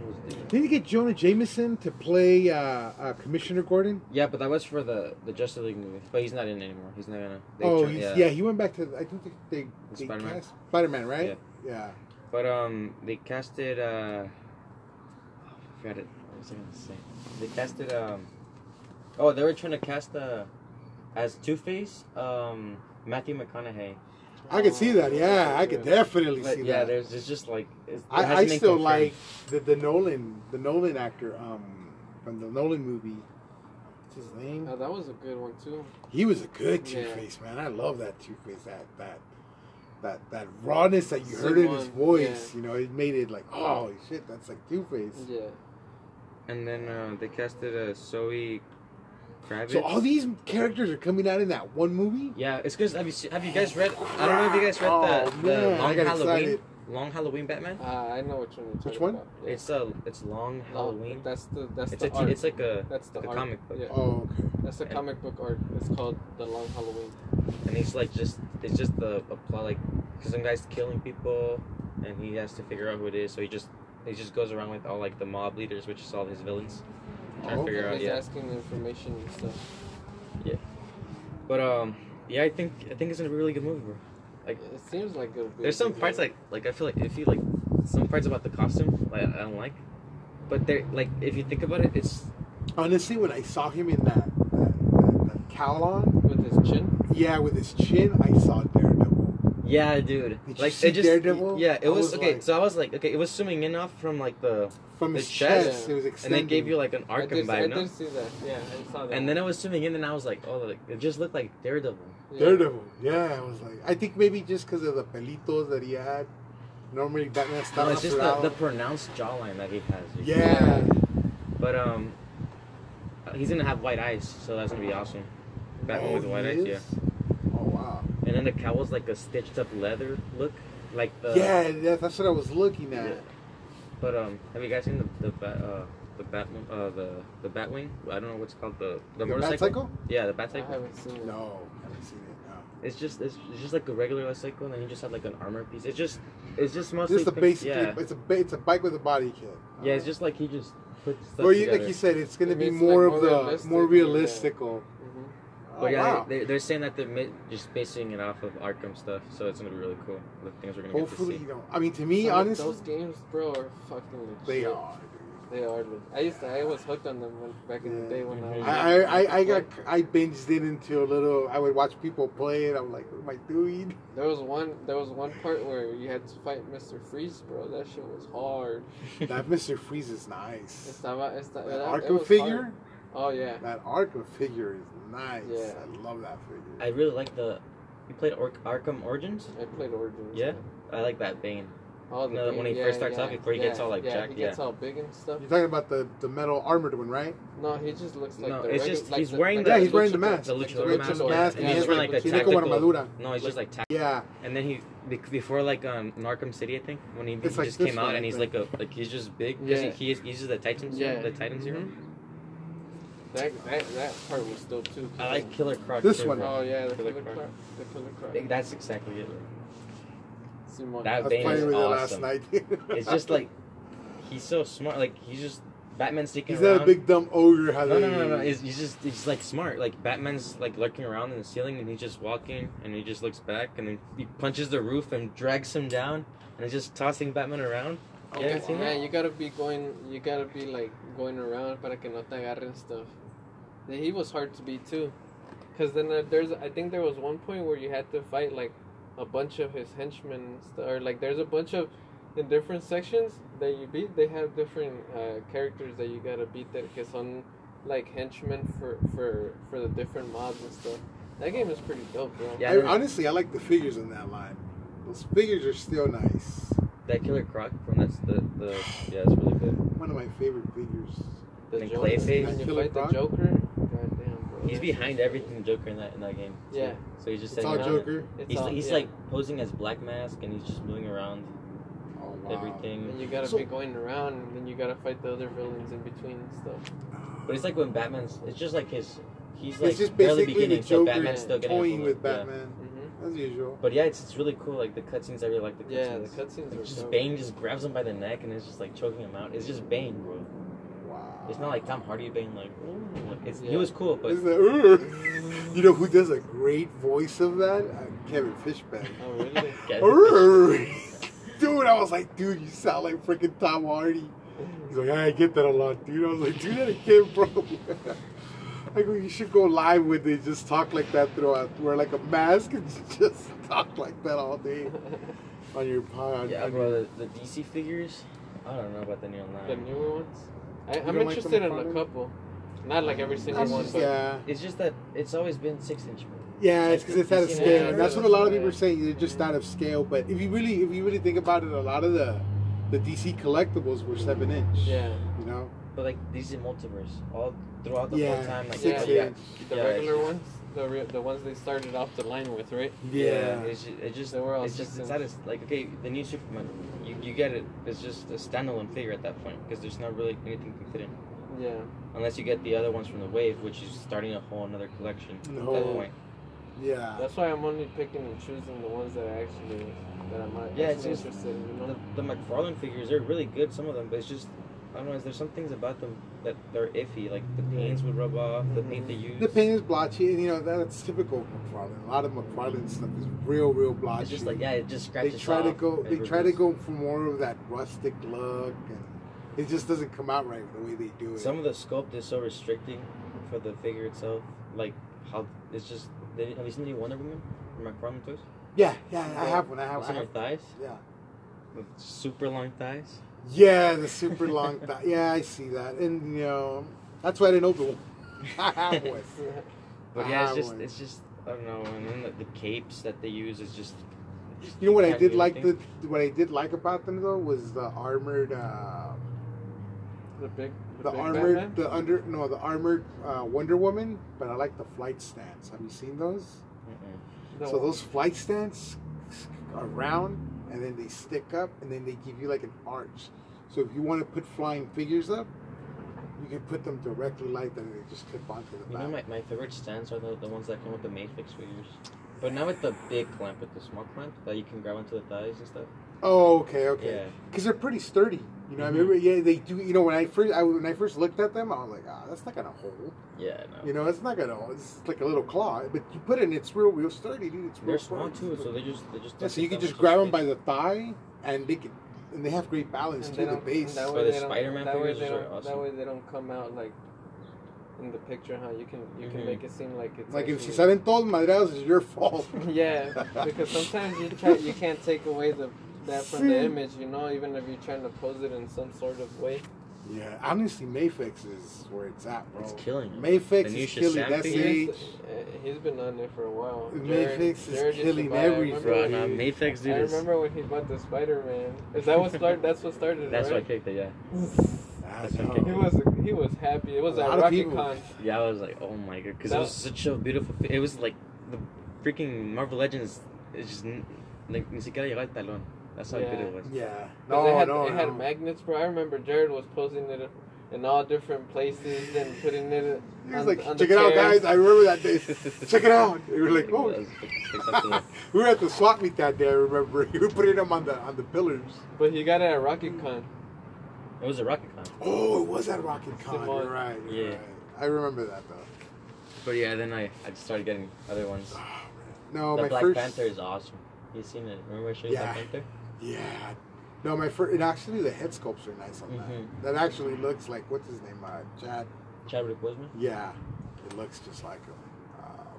S3: what was it?
S2: Did he get Jonah Jameson to play uh, uh, Commissioner Gordon?
S3: yeah but that was for the the Justice League movie but he's not in it anymore he's not gonna they
S2: oh,
S3: turned-
S2: he's, yeah. He went back to. I think they, they, they
S3: Spider-Man.
S2: cast Spider-Man, right? Yeah.
S3: But um, they casted uh, oh, I forgot it. What was I gonna say? They casted um, oh, they were trying to cast uh, as Two Face um Matthew McConaughey.
S2: I could see that. Yeah,
S1: Oh,
S2: I could definitely
S3: But
S2: see
S3: yeah,
S2: that.
S3: there's it's just like it's, it
S2: I,
S3: hasn't
S2: I
S3: been
S2: still
S3: confirmed.
S2: like the, the Nolan, the Nolan actor um, from the Nolan movie. What's his name?
S1: Oh, that was a good one too.
S2: He was a good Two
S1: Yeah.
S2: Face man. I love that Two Face. That that that that rawness that you
S1: Sick
S2: heard in his
S1: one,
S2: voice. You know, it made it like, oh shit, that's like Two Face.
S1: Yeah.
S3: And then uh, they casted uh, Zoe Kravitz.
S2: So all these characters are coming out in that one movie.
S3: yeah, it's because have you se- have you guys read? I don't know if you guys read the,
S2: Oh,
S3: the
S2: man, I
S3: Long
S2: got
S3: Halloween
S2: excited.
S3: Long Halloween Batman.
S1: Uh, I know which one. You're talking
S2: one?
S1: About. Yeah.
S3: It's a it's Long
S1: No,
S3: Halloween.
S1: That's the that's
S3: It's
S1: the
S3: a t-
S1: art.
S3: it's like a
S1: that's the
S3: like a
S1: art.
S3: comic book.
S1: Yeah.
S2: Oh, okay.
S1: That's the
S3: Yeah.
S1: comic book art. It's called The Long Halloween.
S3: and it's like just it's just the a plot like 'cause some guy's killing people and he has to figure out who it is so he just he just goes around with all like the mob leaders which is all his villains trying
S2: Oh,
S3: to figure out
S1: He's
S3: yeah
S1: asking information and stuff.
S3: but um yeah I think I think it's gonna be a really good movie bro Like-
S1: it seems like it'll be.
S3: there's some parts like like I feel like if you like some parts about the costume like I don't like but they're like if you think about it it's
S2: Honestly, when I saw him in that that, that, that cowl on,
S1: with his chin.
S2: yeah, with his chin, I saw Daredevil.
S3: yeah dude
S2: Did you
S3: like
S2: see
S3: it just
S2: Daredevil?
S3: yeah
S2: I
S3: it was,
S2: was
S3: okay
S2: like-
S3: so I was like okay it was zooming in off from like the
S2: From
S3: The
S2: his chest,
S3: chest.
S2: it was
S3: and
S2: extended.
S3: they gave you like an
S1: I
S3: Arkham
S1: did, I
S3: vibe no?
S1: did see that. Yeah, I saw that.
S3: And then I was zooming in, and I was like, oh, like, it just looked like Daredevil.
S1: yeah.
S2: Daredevil. Yeah, I was like, I think maybe just because of the pelitos that he had. Normally, Batman
S3: No,
S2: style.
S3: it's just the, the pronounced jawline that he has.
S2: yeah.
S3: But um, he's gonna have white eyes, so that's gonna be awesome. Batman
S2: Oh,
S3: with white
S2: he
S3: eyes, yeah.
S2: is? Oh wow.
S3: And then the cowl's like a stitched up leather look, like uh, the.
S2: yeah, that, that's what I was looking at.
S3: Yeah. But um, have you guys seen the the bat, uh, the bat uh, the the Batwing? I don't know what's called the the,
S2: The
S3: motorcycle.
S2: motorcycle?
S3: Yeah, the
S1: I
S3: Batcycle.
S1: haven't seen it.
S2: No, I haven't seen it. No.
S3: It's just it's, it's just like a regular cycle, and then he just had like an armor piece. It's just it's just mostly
S2: This is a
S3: pic-
S2: basic.
S3: Yeah,
S2: It's a ba- it's a bike with a body kit.
S3: yeah. It's just like he just puts. stuff
S2: Well, you,
S3: together.
S2: like you said, it's gonna
S1: Maybe
S2: be
S1: it's, like,
S2: more
S1: more
S2: of the
S1: realistic,
S2: more
S1: yeah.
S2: realistical.
S1: hmm
S2: Oh,
S3: But yeah,
S2: wow.
S3: they, they're saying that they're mi- just basing it off of Arkham stuff, so it's gonna be really cool. The things we're gonna
S2: Hopefully,
S3: get
S2: you
S3: to
S2: know. I mean, to me,
S1: Some of
S2: honestly,
S1: those games, bro, are fucking legit.
S2: they are.
S1: They are. Legit. I used to. I was hooked on them when, back in the
S2: Yeah.
S1: day when I.
S3: Mhm.
S1: Was
S2: I, I, I, I got I binged it into a little. I would watch people play it. I'm like, what am I doing?
S1: There was one. There was one part where you had to fight Mr. Freeze, bro. That shit was hard.
S3: see.
S2: That Mister Freeze is nice.
S1: Estaba, esta,
S2: That
S1: that- it
S2: Arkham
S1: was
S2: figure,
S1: hard. Oh yeah.
S2: that Arkham figure is nice.
S1: Yeah.
S2: I love that figure.
S3: I really like the. You played Or- Arkham Origins?
S1: I played Origins.
S3: Yeah? I like that Bane.
S1: Oh, the
S3: No,
S1: big-
S3: when he
S1: yeah,
S3: first starts
S1: yeah,
S3: off, before he gets
S1: yeah,
S3: all, like,
S1: yeah,
S3: jacked,
S1: He gets
S3: yeah.
S1: all big and stuff.
S2: You're talking about the the metal armored one, right?
S1: No, he just looks like
S3: no,
S1: the
S3: it's
S1: regu-
S3: just
S1: like
S3: he's
S1: the-
S3: wearing
S1: like
S3: the,
S2: Yeah, he's wearing the
S3: lucha-
S2: mask.
S3: The
S1: Like the
S3: luchador
S1: lucha
S3: mask.
S1: mask,
S3: yeah, and
S1: yeah.
S3: he's just wearing like the
S1: Tiene
S2: como
S3: tactical.
S2: armadura.
S3: No, he's just like tac-
S2: Yeah,
S3: And then he be- before like um, Arkham City, I think when he, he
S2: It's like
S3: just
S2: this
S3: came
S2: one,
S3: out
S2: I
S3: and he's
S2: think.
S3: like a like he's just big. 'cause
S1: Yeah.
S3: He, he is, he's just the Titan serum.
S1: Yeah. Mm-hmm.
S3: The Titan serum.
S1: That, that that part was dope too.
S3: I like Killer Croc.
S2: This
S3: too,
S2: one.
S3: bro.
S1: Oh yeah, the
S3: Killer
S1: Killer
S3: Croc.
S1: Croc. The Killer Croc.
S3: That's exactly it. bro.
S1: Simone.
S2: I
S3: That
S2: was
S3: Bane is
S2: playing with
S3: awesome.
S2: it last night.
S3: It's just like he's so smart. Like he's just Batman's sneaking
S2: he's not
S3: around.
S2: a big dumb ogre. How
S3: no,
S2: they,
S3: no, no, no. He's, he's just he's like smart. Like Batman's like lurking around in the ceiling, and he's just walking, and he just looks back, and then he punches the roof and drags him down, and he's just tossing Batman around.
S1: Oh,
S3: Yeah,
S1: man,
S3: it's in
S1: man,
S3: it.
S1: you gotta be going. You gotta be like going around para que no te agarren stuff. And he was hard to beat too, because then uh, there's. I think there was one point where you had to fight like a bunch of his henchmen, and stuff, or like there's a bunch of in different sections that you beat. They have different uh, characters that you gotta beat that que son like henchmen for for for the different mobs and stuff. That game is pretty dope, bro.
S3: Yeah,
S2: I-
S3: I don't-
S2: honestly, I like the figures on that line. Those figures are still nice.
S3: That Killer Croc from that's the the yeah, it's really good.
S2: One of my favorite figures.
S1: The
S3: And
S1: Joker,
S3: Clayface.
S1: when you
S2: Killer
S1: fight the
S2: Croc.
S1: Joker, goddamn, bro.
S3: He's behind everything Joker in that in that game.
S1: Yeah,
S3: So he's just
S2: It's
S3: sitting
S2: all
S3: around.
S2: Joker.
S1: it's
S3: He's
S1: all-
S3: he's
S1: yeah.
S3: like posing as Black Mask, and he's just moving around
S2: Oh, wow.
S3: everything.
S1: And you gotta
S2: So-
S1: be going around, and then you gotta fight the other villains in between and stuff.
S3: But it's like when Batman's. It's just like his. He's
S2: It's
S3: like
S2: just
S3: barely
S2: basically
S3: beginning,
S2: the
S3: so
S2: Joker
S3: Batman's still getting
S2: toying with
S3: influenced, yeah.
S2: Batman
S1: hmm
S2: as usual.
S3: But yeah, it's, it's really cool. Like the cutscenes, I really like the cutscenes.
S1: Yeah, the cutscenes
S3: Like,
S1: are
S3: just
S1: dope.
S3: Bane just grabs him by the neck and is just like choking him out. It's just Bane, bro.
S2: Wow.
S3: It's not like Tom Hardy Bane. Like, ooh, like, it's, he
S1: Yeah.
S3: was cool, but
S2: It's like, "Urgh." you know who does a great voice of that? Uh, Kevin Fishback.
S1: Oh, really?
S3: Yeah,
S2: Urgh. dude, I was like, dude, you sound like freaking Tom Hardy. He's like, I get that a lot, dude. I was like, do that again, bro. I go, you should go live with it. Just talk like that throughout. Wear like a mask and just talk like that all day on your pod.
S3: yeah,
S2: on
S3: bro.
S2: your-
S3: The, the DC figures. I don't know about the neon
S1: the
S3: line.
S1: newer ones. I,
S2: don't
S1: I'm
S2: like
S1: interested
S2: them
S1: in a
S2: farming?
S1: couple, not like every single
S3: That's
S1: one,
S3: just-
S1: but
S2: yeah.
S3: It's just that it's always been six inch. bro.
S2: Yeah, it's because it's out of
S3: Yeah,
S2: scale. and that's what a lot of people are
S3: right.
S2: saying. They're just out of scale. But if you really, if you really think about it, a lot of the the DC collectibles were seven inch.
S1: yeah,
S2: You know.
S3: But like these are multiverse all throughout the
S2: yeah.
S3: whole time. Like
S2: six
S3: yeah, yeah.
S2: inch.
S1: the
S3: Yeah, it's
S1: regular
S3: just-
S1: ones, the re- the ones they started off the line with, right?
S2: Yeah.
S3: it's just, it just
S1: They were all
S3: it's just
S1: six
S3: it's not
S1: inch.
S3: as like okay the new Superman you, you get it it's just a standalone figure at that point because there's not really anything to fit in
S1: Yeah,
S3: unless you get the other ones from the wave which is starting a whole another collection at that
S2: No.
S3: point
S2: Yeah.
S1: that's why I'm only picking and choosing the ones that I actually that I'm not
S3: Yeah, it's
S1: actually
S3: just-
S1: interested in. You know?
S3: the, the McFarlane figures they're really good some of them but it's just I don't know there's some things about them that they're iffy like the paints would rub off the paint they use
S2: Mm-hmm. The paint is blotchy, and you know that's typical of McFarlane. A lot of McFarlane stuff is real, real blotchy.
S3: it's just like yeah it just
S2: they
S3: scratches
S2: try to
S3: off
S2: go,
S3: and
S2: they try to
S3: removes.
S2: go for more of that rustic look, and it just doesn't come out right the way they do it.
S3: Some of the sculpt is so restricting for the figure itself. Like how it's just. They, have you seen any Wonder Woman from McFarlane toys?
S2: yeah, yeah, I have one. I have,
S3: It's
S2: I
S3: on her
S2: have
S3: thighs,
S2: yeah,
S3: with super long thighs.
S2: yeah, the super long. Th- yeah, I see that, and you know that's why I didn't open one. I have one.
S3: But
S2: I
S3: yeah,
S2: have
S3: it's just
S2: one.
S3: it's just I don't know. And then the, the capes that they use is just. just
S2: You know what I
S3: can't
S2: did
S3: do
S2: like the
S3: anything.
S2: what I did like about them though was the armored. Uh,
S1: the big, the,
S2: The
S1: big
S2: armored,
S1: Batman?
S2: the under, no, the armored uh, Wonder Woman, but I like the flight stance. Have you seen those?
S3: Mm-mm.
S1: The-
S2: So those flight stance are round, and then they stick up, and then they give you like an arch. So if you want to put flying figures up, you can put them directly like that, and they just clip onto the
S3: You know
S2: back.
S3: my, my favorite stands are the, the ones that come with the Matrix figures. But not with the big clamp, with the small clamp that you can grab onto the thighs and stuff.
S2: oh, okay, okay.
S3: Yeah.
S2: Because they're pretty sturdy. You know, I
S3: Mhm.
S2: remember. Yeah, they do. You know, when I first, I, when I first looked at them, I was like, ah, that's not gonna hold.
S3: Yeah, no.
S2: You know, it's not gonna. hold. It's like a little claw, but you put it, in, it's real, real sturdy, dude. It's real
S3: They're small
S2: sturdy.
S3: too, so they just they just.
S2: Yeah,
S3: don't
S2: so
S3: take
S2: you can
S3: that
S2: just
S3: much
S2: grab them
S3: space.
S2: by the thigh, and they can, and they have great balance
S1: And
S2: to
S1: they
S2: the
S1: don't-
S2: base.
S1: That
S3: Or
S1: way
S3: the
S1: they don't-
S3: Spider-Man
S1: that way
S3: figures
S1: they
S3: are
S1: don't-
S3: awesome.
S1: That way they don't come out like in the picture, huh? You can you can
S3: Mhm.
S1: make it seem like it's
S2: Like if si
S1: actually-
S2: salen todos madreados, it's your fault.
S1: Yeah, because sometimes you try you can't take away the that from the
S2: See?
S1: image, you know, even if you're trying to pose it in some sort of way.
S2: Yeah, honestly, Mayfix is where it's at, bro.
S3: It's killing it.
S2: Mayfix
S3: The new
S2: is killing.
S3: Shazam
S2: That's
S3: figure?
S2: age.
S1: He's, uh, he's been on there for a while.
S2: Mayfix is
S1: used to
S2: killing
S1: buy- I remember
S2: everything.
S3: Bro,
S1: when-
S3: no, Mayfix uh, dude
S1: I
S3: is.
S1: remember when he bought the Spider-Man. Is that what started? that's what started. it,
S3: That's why I
S1: right?
S3: kicked it. Yeah.
S2: I
S3: That's
S2: know.
S3: okay.
S1: He was he was happy. It was
S2: A
S1: at
S2: lot of
S1: Rocket
S2: people-
S1: Con.
S3: Yeah, I was like, oh my god, because it
S1: That-
S3: was such a beautiful. Fi- it was like the freaking Marvel Legends. It's just n- like ni siquiera llegó al talón. That's how good
S1: Yeah.
S3: it was.
S2: Yeah.
S1: 'Cause
S2: No,
S1: it had,
S2: no,
S1: it had
S2: no.
S1: magnets, bro. I remember Jared was posing it in all different places and putting it.
S2: He
S1: on,
S2: was like,
S1: on the
S2: check it out,
S1: chairs."
S2: guys. I remember that day. check it out. We were like,
S4: It
S2: oh.
S4: was- it's something like-
S2: we were at the swap meet that day. I remember. We put it up on the on the pillars.
S1: But he got it at Rocket Con.
S3: It was a rocket con.
S2: Oh, it was at Rocket Con.
S1: Simone.
S2: You're right. You're
S3: Yeah.
S2: right. I remember that though.
S3: But yeah, then I, I just started getting other ones.
S2: No,
S3: the
S2: Oh, my
S3: Black
S2: first.
S3: Panther is awesome. You seen it? Remember I showed you
S2: Yeah.
S3: Black Panther?
S2: Yeah. No, my first. And actually, the head sculpts are nice on
S3: Mhm.
S2: that. That actually looks like what's his name, uh, Chad.
S3: Chadwick Boseman.
S2: Yeah, it looks just like him. Um,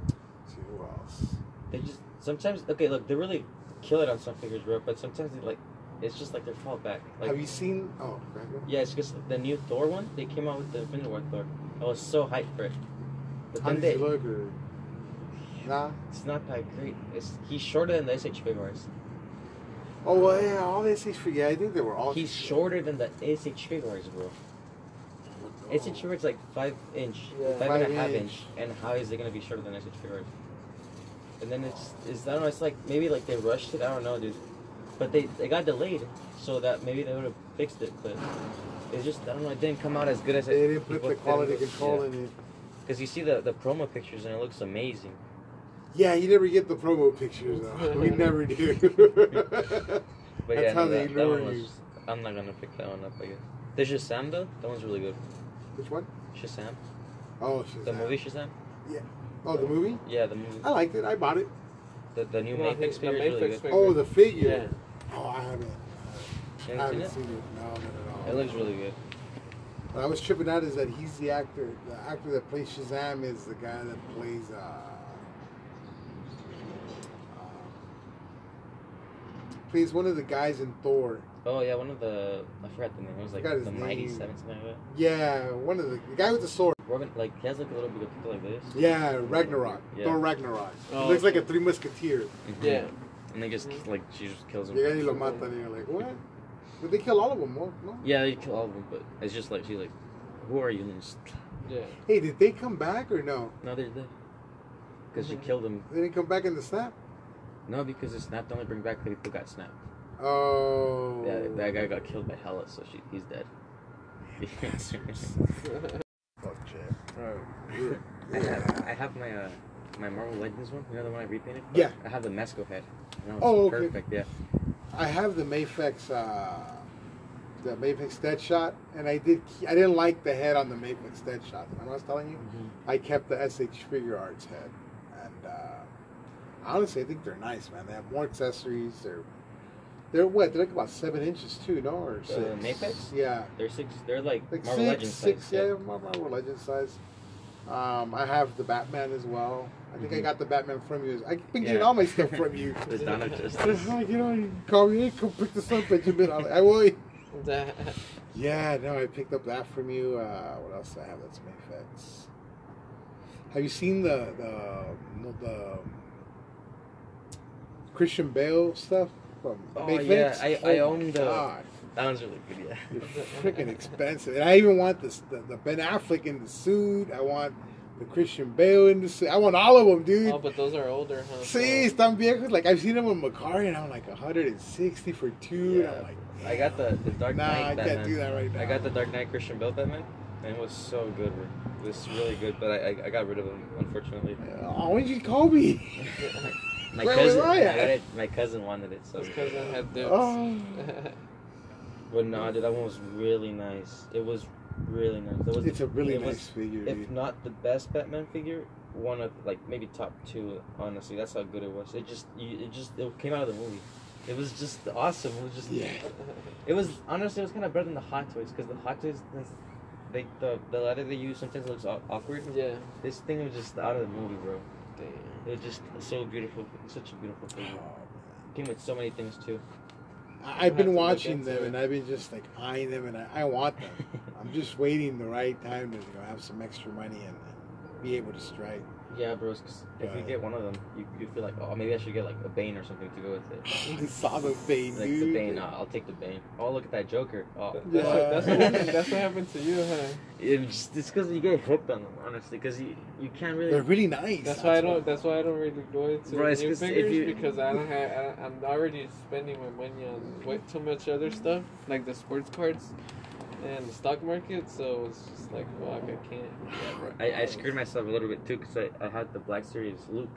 S2: let's see who else.
S3: They just sometimes okay. Look, they really kill it on some figures, bro. But sometimes they like it's just like their fallback. Like
S2: Have you seen? Oh, right here.
S3: Yeah, it's because the new Thor one, they came out with the Infinity War Thor. I was so hyped for it. But
S2: How
S3: then
S2: did
S3: they,
S2: it look? Or... Nah.
S3: it's not that great. It's he's shorter than the SH figure artist.
S2: Oh well, yeah. All the SH figures. Yeah, I think they were all.
S3: He's shorter than the SH figure artist, bro.
S2: Oh.
S3: SH figure is like five inch,
S1: Yeah.
S3: five and
S2: Five
S3: a half
S2: inch.
S3: inch. And how is it gonna be shorter than SH figure artist? And then it's, it's I don't know. It's like maybe like they rushed it. I don't know, dude. But they they got delayed, so that maybe they would have fixed it. But it's just I don't know. It didn't come out as good as
S2: They
S3: it.
S2: didn't put
S3: people-
S2: the
S3: they didn't
S2: quality
S3: go-
S2: control
S3: yeah.
S2: in it.
S3: Because you see the, the promo pictures and it looks amazing.
S2: Yeah, you never get the promo pictures though. we never do.
S3: But
S2: That's
S3: yeah,
S2: how
S3: no,
S2: they
S3: that, that
S2: lure
S3: one was.
S2: you.
S3: I'm not gonna pick that one up. I guess. There's Shazam though. That one's really good.
S2: Which one?
S3: Shazam.
S2: Oh, Shazam. Uh,
S3: The movie Shazam.
S2: Oh, the movie.
S3: Yeah, the movie.
S2: I liked it. I bought it.
S3: The, the new
S1: No, he-
S3: Matrix
S1: the
S3: figure is really
S1: Matrix
S3: good.
S1: figure.
S2: Oh, the figure.
S1: Yeah.
S2: Oh, I haven't.
S3: You
S2: I
S3: haven't
S2: haven't
S3: seen
S2: seen it. No, not at
S3: it?
S2: all.
S3: It looks really good.
S2: What I was tripping out is that he's the actor. The actor that plays Shazam is the guy that plays. Uh, um, plays one of the guys in Thor.
S3: Oh yeah, one of the I forgot the name. It was like
S2: Forgot his
S3: the Mighty
S2: name.
S3: Seven, something like
S2: Yeah, one of the, the guy with the sword.
S3: that. Robin, like he has like a little bit of people like this.
S2: Yeah, Ragnarok.
S3: Yeah.
S2: Thor Ragnarok.
S1: Oh,
S2: he looks like
S1: okay.
S2: a Three Musketeer.
S1: Yeah.
S3: And they just like she just kills him.
S2: Mm-hmm. Yeah, y lo matan and you're like, what? But they kill all of them, no? no?
S3: Yeah, they kill all of them, but it's just like she's like, who are you? And just,
S1: Yeah.
S2: Hey, did they come back or no?
S3: no, they're dead. Because
S1: Mhm.
S2: Mm-hmm.
S3: she killed them.
S2: They didn't come back in the snap?
S3: No, because it's not the only bring back the people who got snapped.
S2: Oh.
S3: Yeah, that guy got killed by Hela, so she, he's dead.
S2: Fuck, Jeff. Alright.
S3: I have,
S2: Yeah.
S3: I have my uh, my Marvel Legends one. You know the one I repainted.
S2: Yeah.
S3: I have the Mesco head. And that was
S2: Oh, okay.
S3: perfect. Yeah.
S2: I have the Mafex, uh, the Mafex Deadshot, and I did. ke- I didn't like the head on the Mafex Deadshot. Remember I was telling you?
S3: Mm-hmm.
S2: I kept the SH Figure Arts head, and uh, honestly, I think they're nice, man. They have more accessories. They're they're what? They're like about seven inches too, no? Or six?
S3: Mafex?
S2: Yeah,
S3: They're six. They're like,
S2: like
S3: Marvel
S2: six,
S3: Legends.
S2: six.
S3: size,
S2: yeah, Mar- Marvel Legends size. Um, I have the Batman as well. I think I
S3: Mhm.
S2: got the Batman from you. I've been getting
S3: Yeah.
S2: all my stuff from you.
S3: The Dawn of
S2: It's
S3: Justice.
S2: like, you know, you call me, hey, come pick this up, Benjamin. I'm like, I will.
S1: That-
S2: Yeah, no, I picked up that from you. Uh, what else do I have that's Mayfex? Have you seen the the um, the Christian Bale stuff from
S3: Oh,
S2: Mayfex?
S3: yeah, I- I uh,
S2: Oh,
S3: own the-
S2: God,
S3: That one's really good. Yeah.
S2: they're freaking expensive, and I even want this the, the Ben Affleck in the suit. I want the Christian Bale in the suit. I want all of them, dude.
S1: oh, but those are older, huh?
S2: See, están viejos. Like I've seen them with Macari, and I'm like 160 for two.
S3: Yeah.
S2: And I'm like,
S3: I got the, the Dark
S2: nah,
S3: Knight
S2: I
S3: Batman.
S2: can't do that right now.
S3: I got the Dark Knight Christian Bale Batman, and it was so good. bro. It was really good, but I, I, I got rid of him unfortunately.
S2: Oh, why'd you call me?
S3: My
S2: Where
S3: cousin,
S2: was I
S3: I
S2: at?
S3: got it. My cousin wanted it so.
S1: That's because I had dips.
S2: Oh.
S3: But nah, dude, that one was really nice. It was really nice. That was
S2: It's a really
S3: it
S2: nice
S3: was-
S2: figure.
S3: if
S2: dude.
S3: not the best Batman figure, one of like maybe top two. Honestly, that's how good it was. It just you, it just it came out of the movie. It was just awesome. It was just
S2: Yeah.
S3: It was honestly it was kind of better than the Hot Toys because the Hot Toys, that's- they the the leather they use sometimes looks aw- awkward.
S1: yeah.
S3: This thing was just out of the movie, bro.
S1: Damn.
S3: It was just so beautiful, such a beautiful
S2: Oh,
S3: figure.
S2: man.
S3: Came with so many things too.
S2: I- I've
S1: We'll have to
S2: been
S1: look
S2: watching
S1: into
S2: them
S1: it.
S2: and I've been just like eyeing them and I, I want them. I'm just waiting the right time to you know, have some extra money and, and be able to strike.
S3: Yeah, bros. 'cause if you
S2: Right.
S3: get one of them, you you feel like, oh, maybe I should get like a Bane or something to go with it.
S2: I saw the vein,
S3: Like
S2: dude.
S3: the Bane, uh, I'll take the Bane. Oh, look at that Joker. Oh,
S1: That's, what, that's, what happened, that's what happened to you, huh?
S3: It just, it's because you get hooked on them, honestly. Because you, you can't really.
S2: They're really nice.
S1: That's why I don't. That's why I don't really go into
S3: Bro, it's
S1: new
S3: 'cause if
S1: figures
S3: you-
S1: because I don't have. I, I'm already spending my money on way too much other stuff, like the sports cards. and the stock market, so it's just like, fuck, I can't.
S4: I, I screwed myself a little bit too because I, I had the Black Series Luke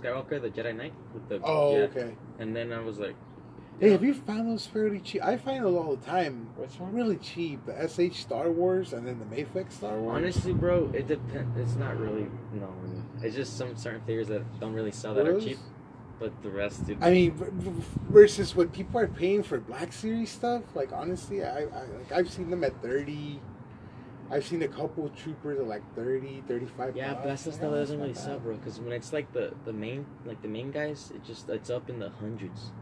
S4: Skywalker, the Jedi Knight with the
S2: Oh,
S4: yeah.
S2: okay.
S4: and then I was like,
S2: Hey, have you found those fairly cheap? I find those all the time.
S1: Which one?
S2: Really cheap. The SH Star Wars and then the Mayfix Star Wars.
S4: honestly, bro, it depends. It's not really no. It's just some certain figures that don't really sell that
S2: Those?
S4: are cheap, but the rest, dude,
S2: I mean, v- v- versus what people are paying for Black Series stuff. Like honestly, I, I like I've seen them at thirty. I've seen a couple troopers at like 30, 35
S4: Yeah, but that's
S2: bucks.
S4: the
S2: Like,
S4: stuff
S2: oh,
S4: that doesn't
S2: not
S4: really
S2: bad.
S4: sell, bro. Because when it's like the the main like the main guys, it just it's up in the hundreds.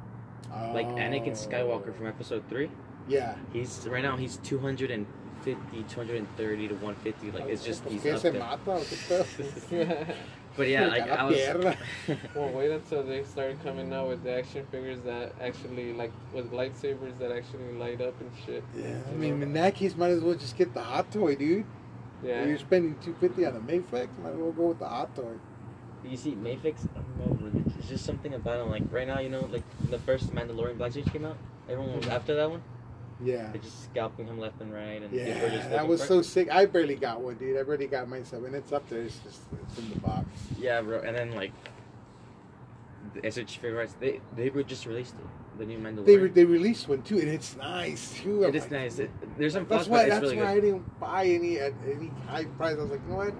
S4: Like Anakin Skywalker from Episode Three,
S2: Oh. Yeah,
S4: he's right now he's 250, 230 to 150. Like it's just he's
S2: Que
S4: up
S2: se
S4: there.
S2: mata, what the fuck?
S4: But yeah, like I was.
S2: Pierna.
S1: well, wait until they start coming out with the action figures that actually, like, with lightsabers that actually light up and shit.
S2: Yeah, I mean, in that case, might as well just get the hot toy, dude. If
S1: Yeah.
S2: You're spending two fifty on a Mayflex, might as well go with the hot toy.
S4: You see, Mayfix, I don't know, bro, it's just something about him. Like right now, you know, like when the first Mandalorian Black Series came out, everyone
S2: Mm-hmm.
S4: was after that one.
S2: Yeah.
S4: They're just scalping him left and right, and people were
S2: Yeah,
S4: just
S2: that
S4: looking
S2: was
S4: for-
S2: so sick. I barely got one, dude. I barely got mine seven. It's up there. It's just it's in the box.
S4: Yeah, bro. And then like, the SH favorites, they they were just released it, the new Mandalorian.
S2: They re- they released one too, and it's nice too. I'm
S4: it is
S2: like,
S4: nice. It, there's some
S2: That's
S4: flaws,
S2: why.
S4: but
S2: That's
S4: it's really
S2: why I
S4: good.
S2: didn't buy any at any high price. I was like, you know what?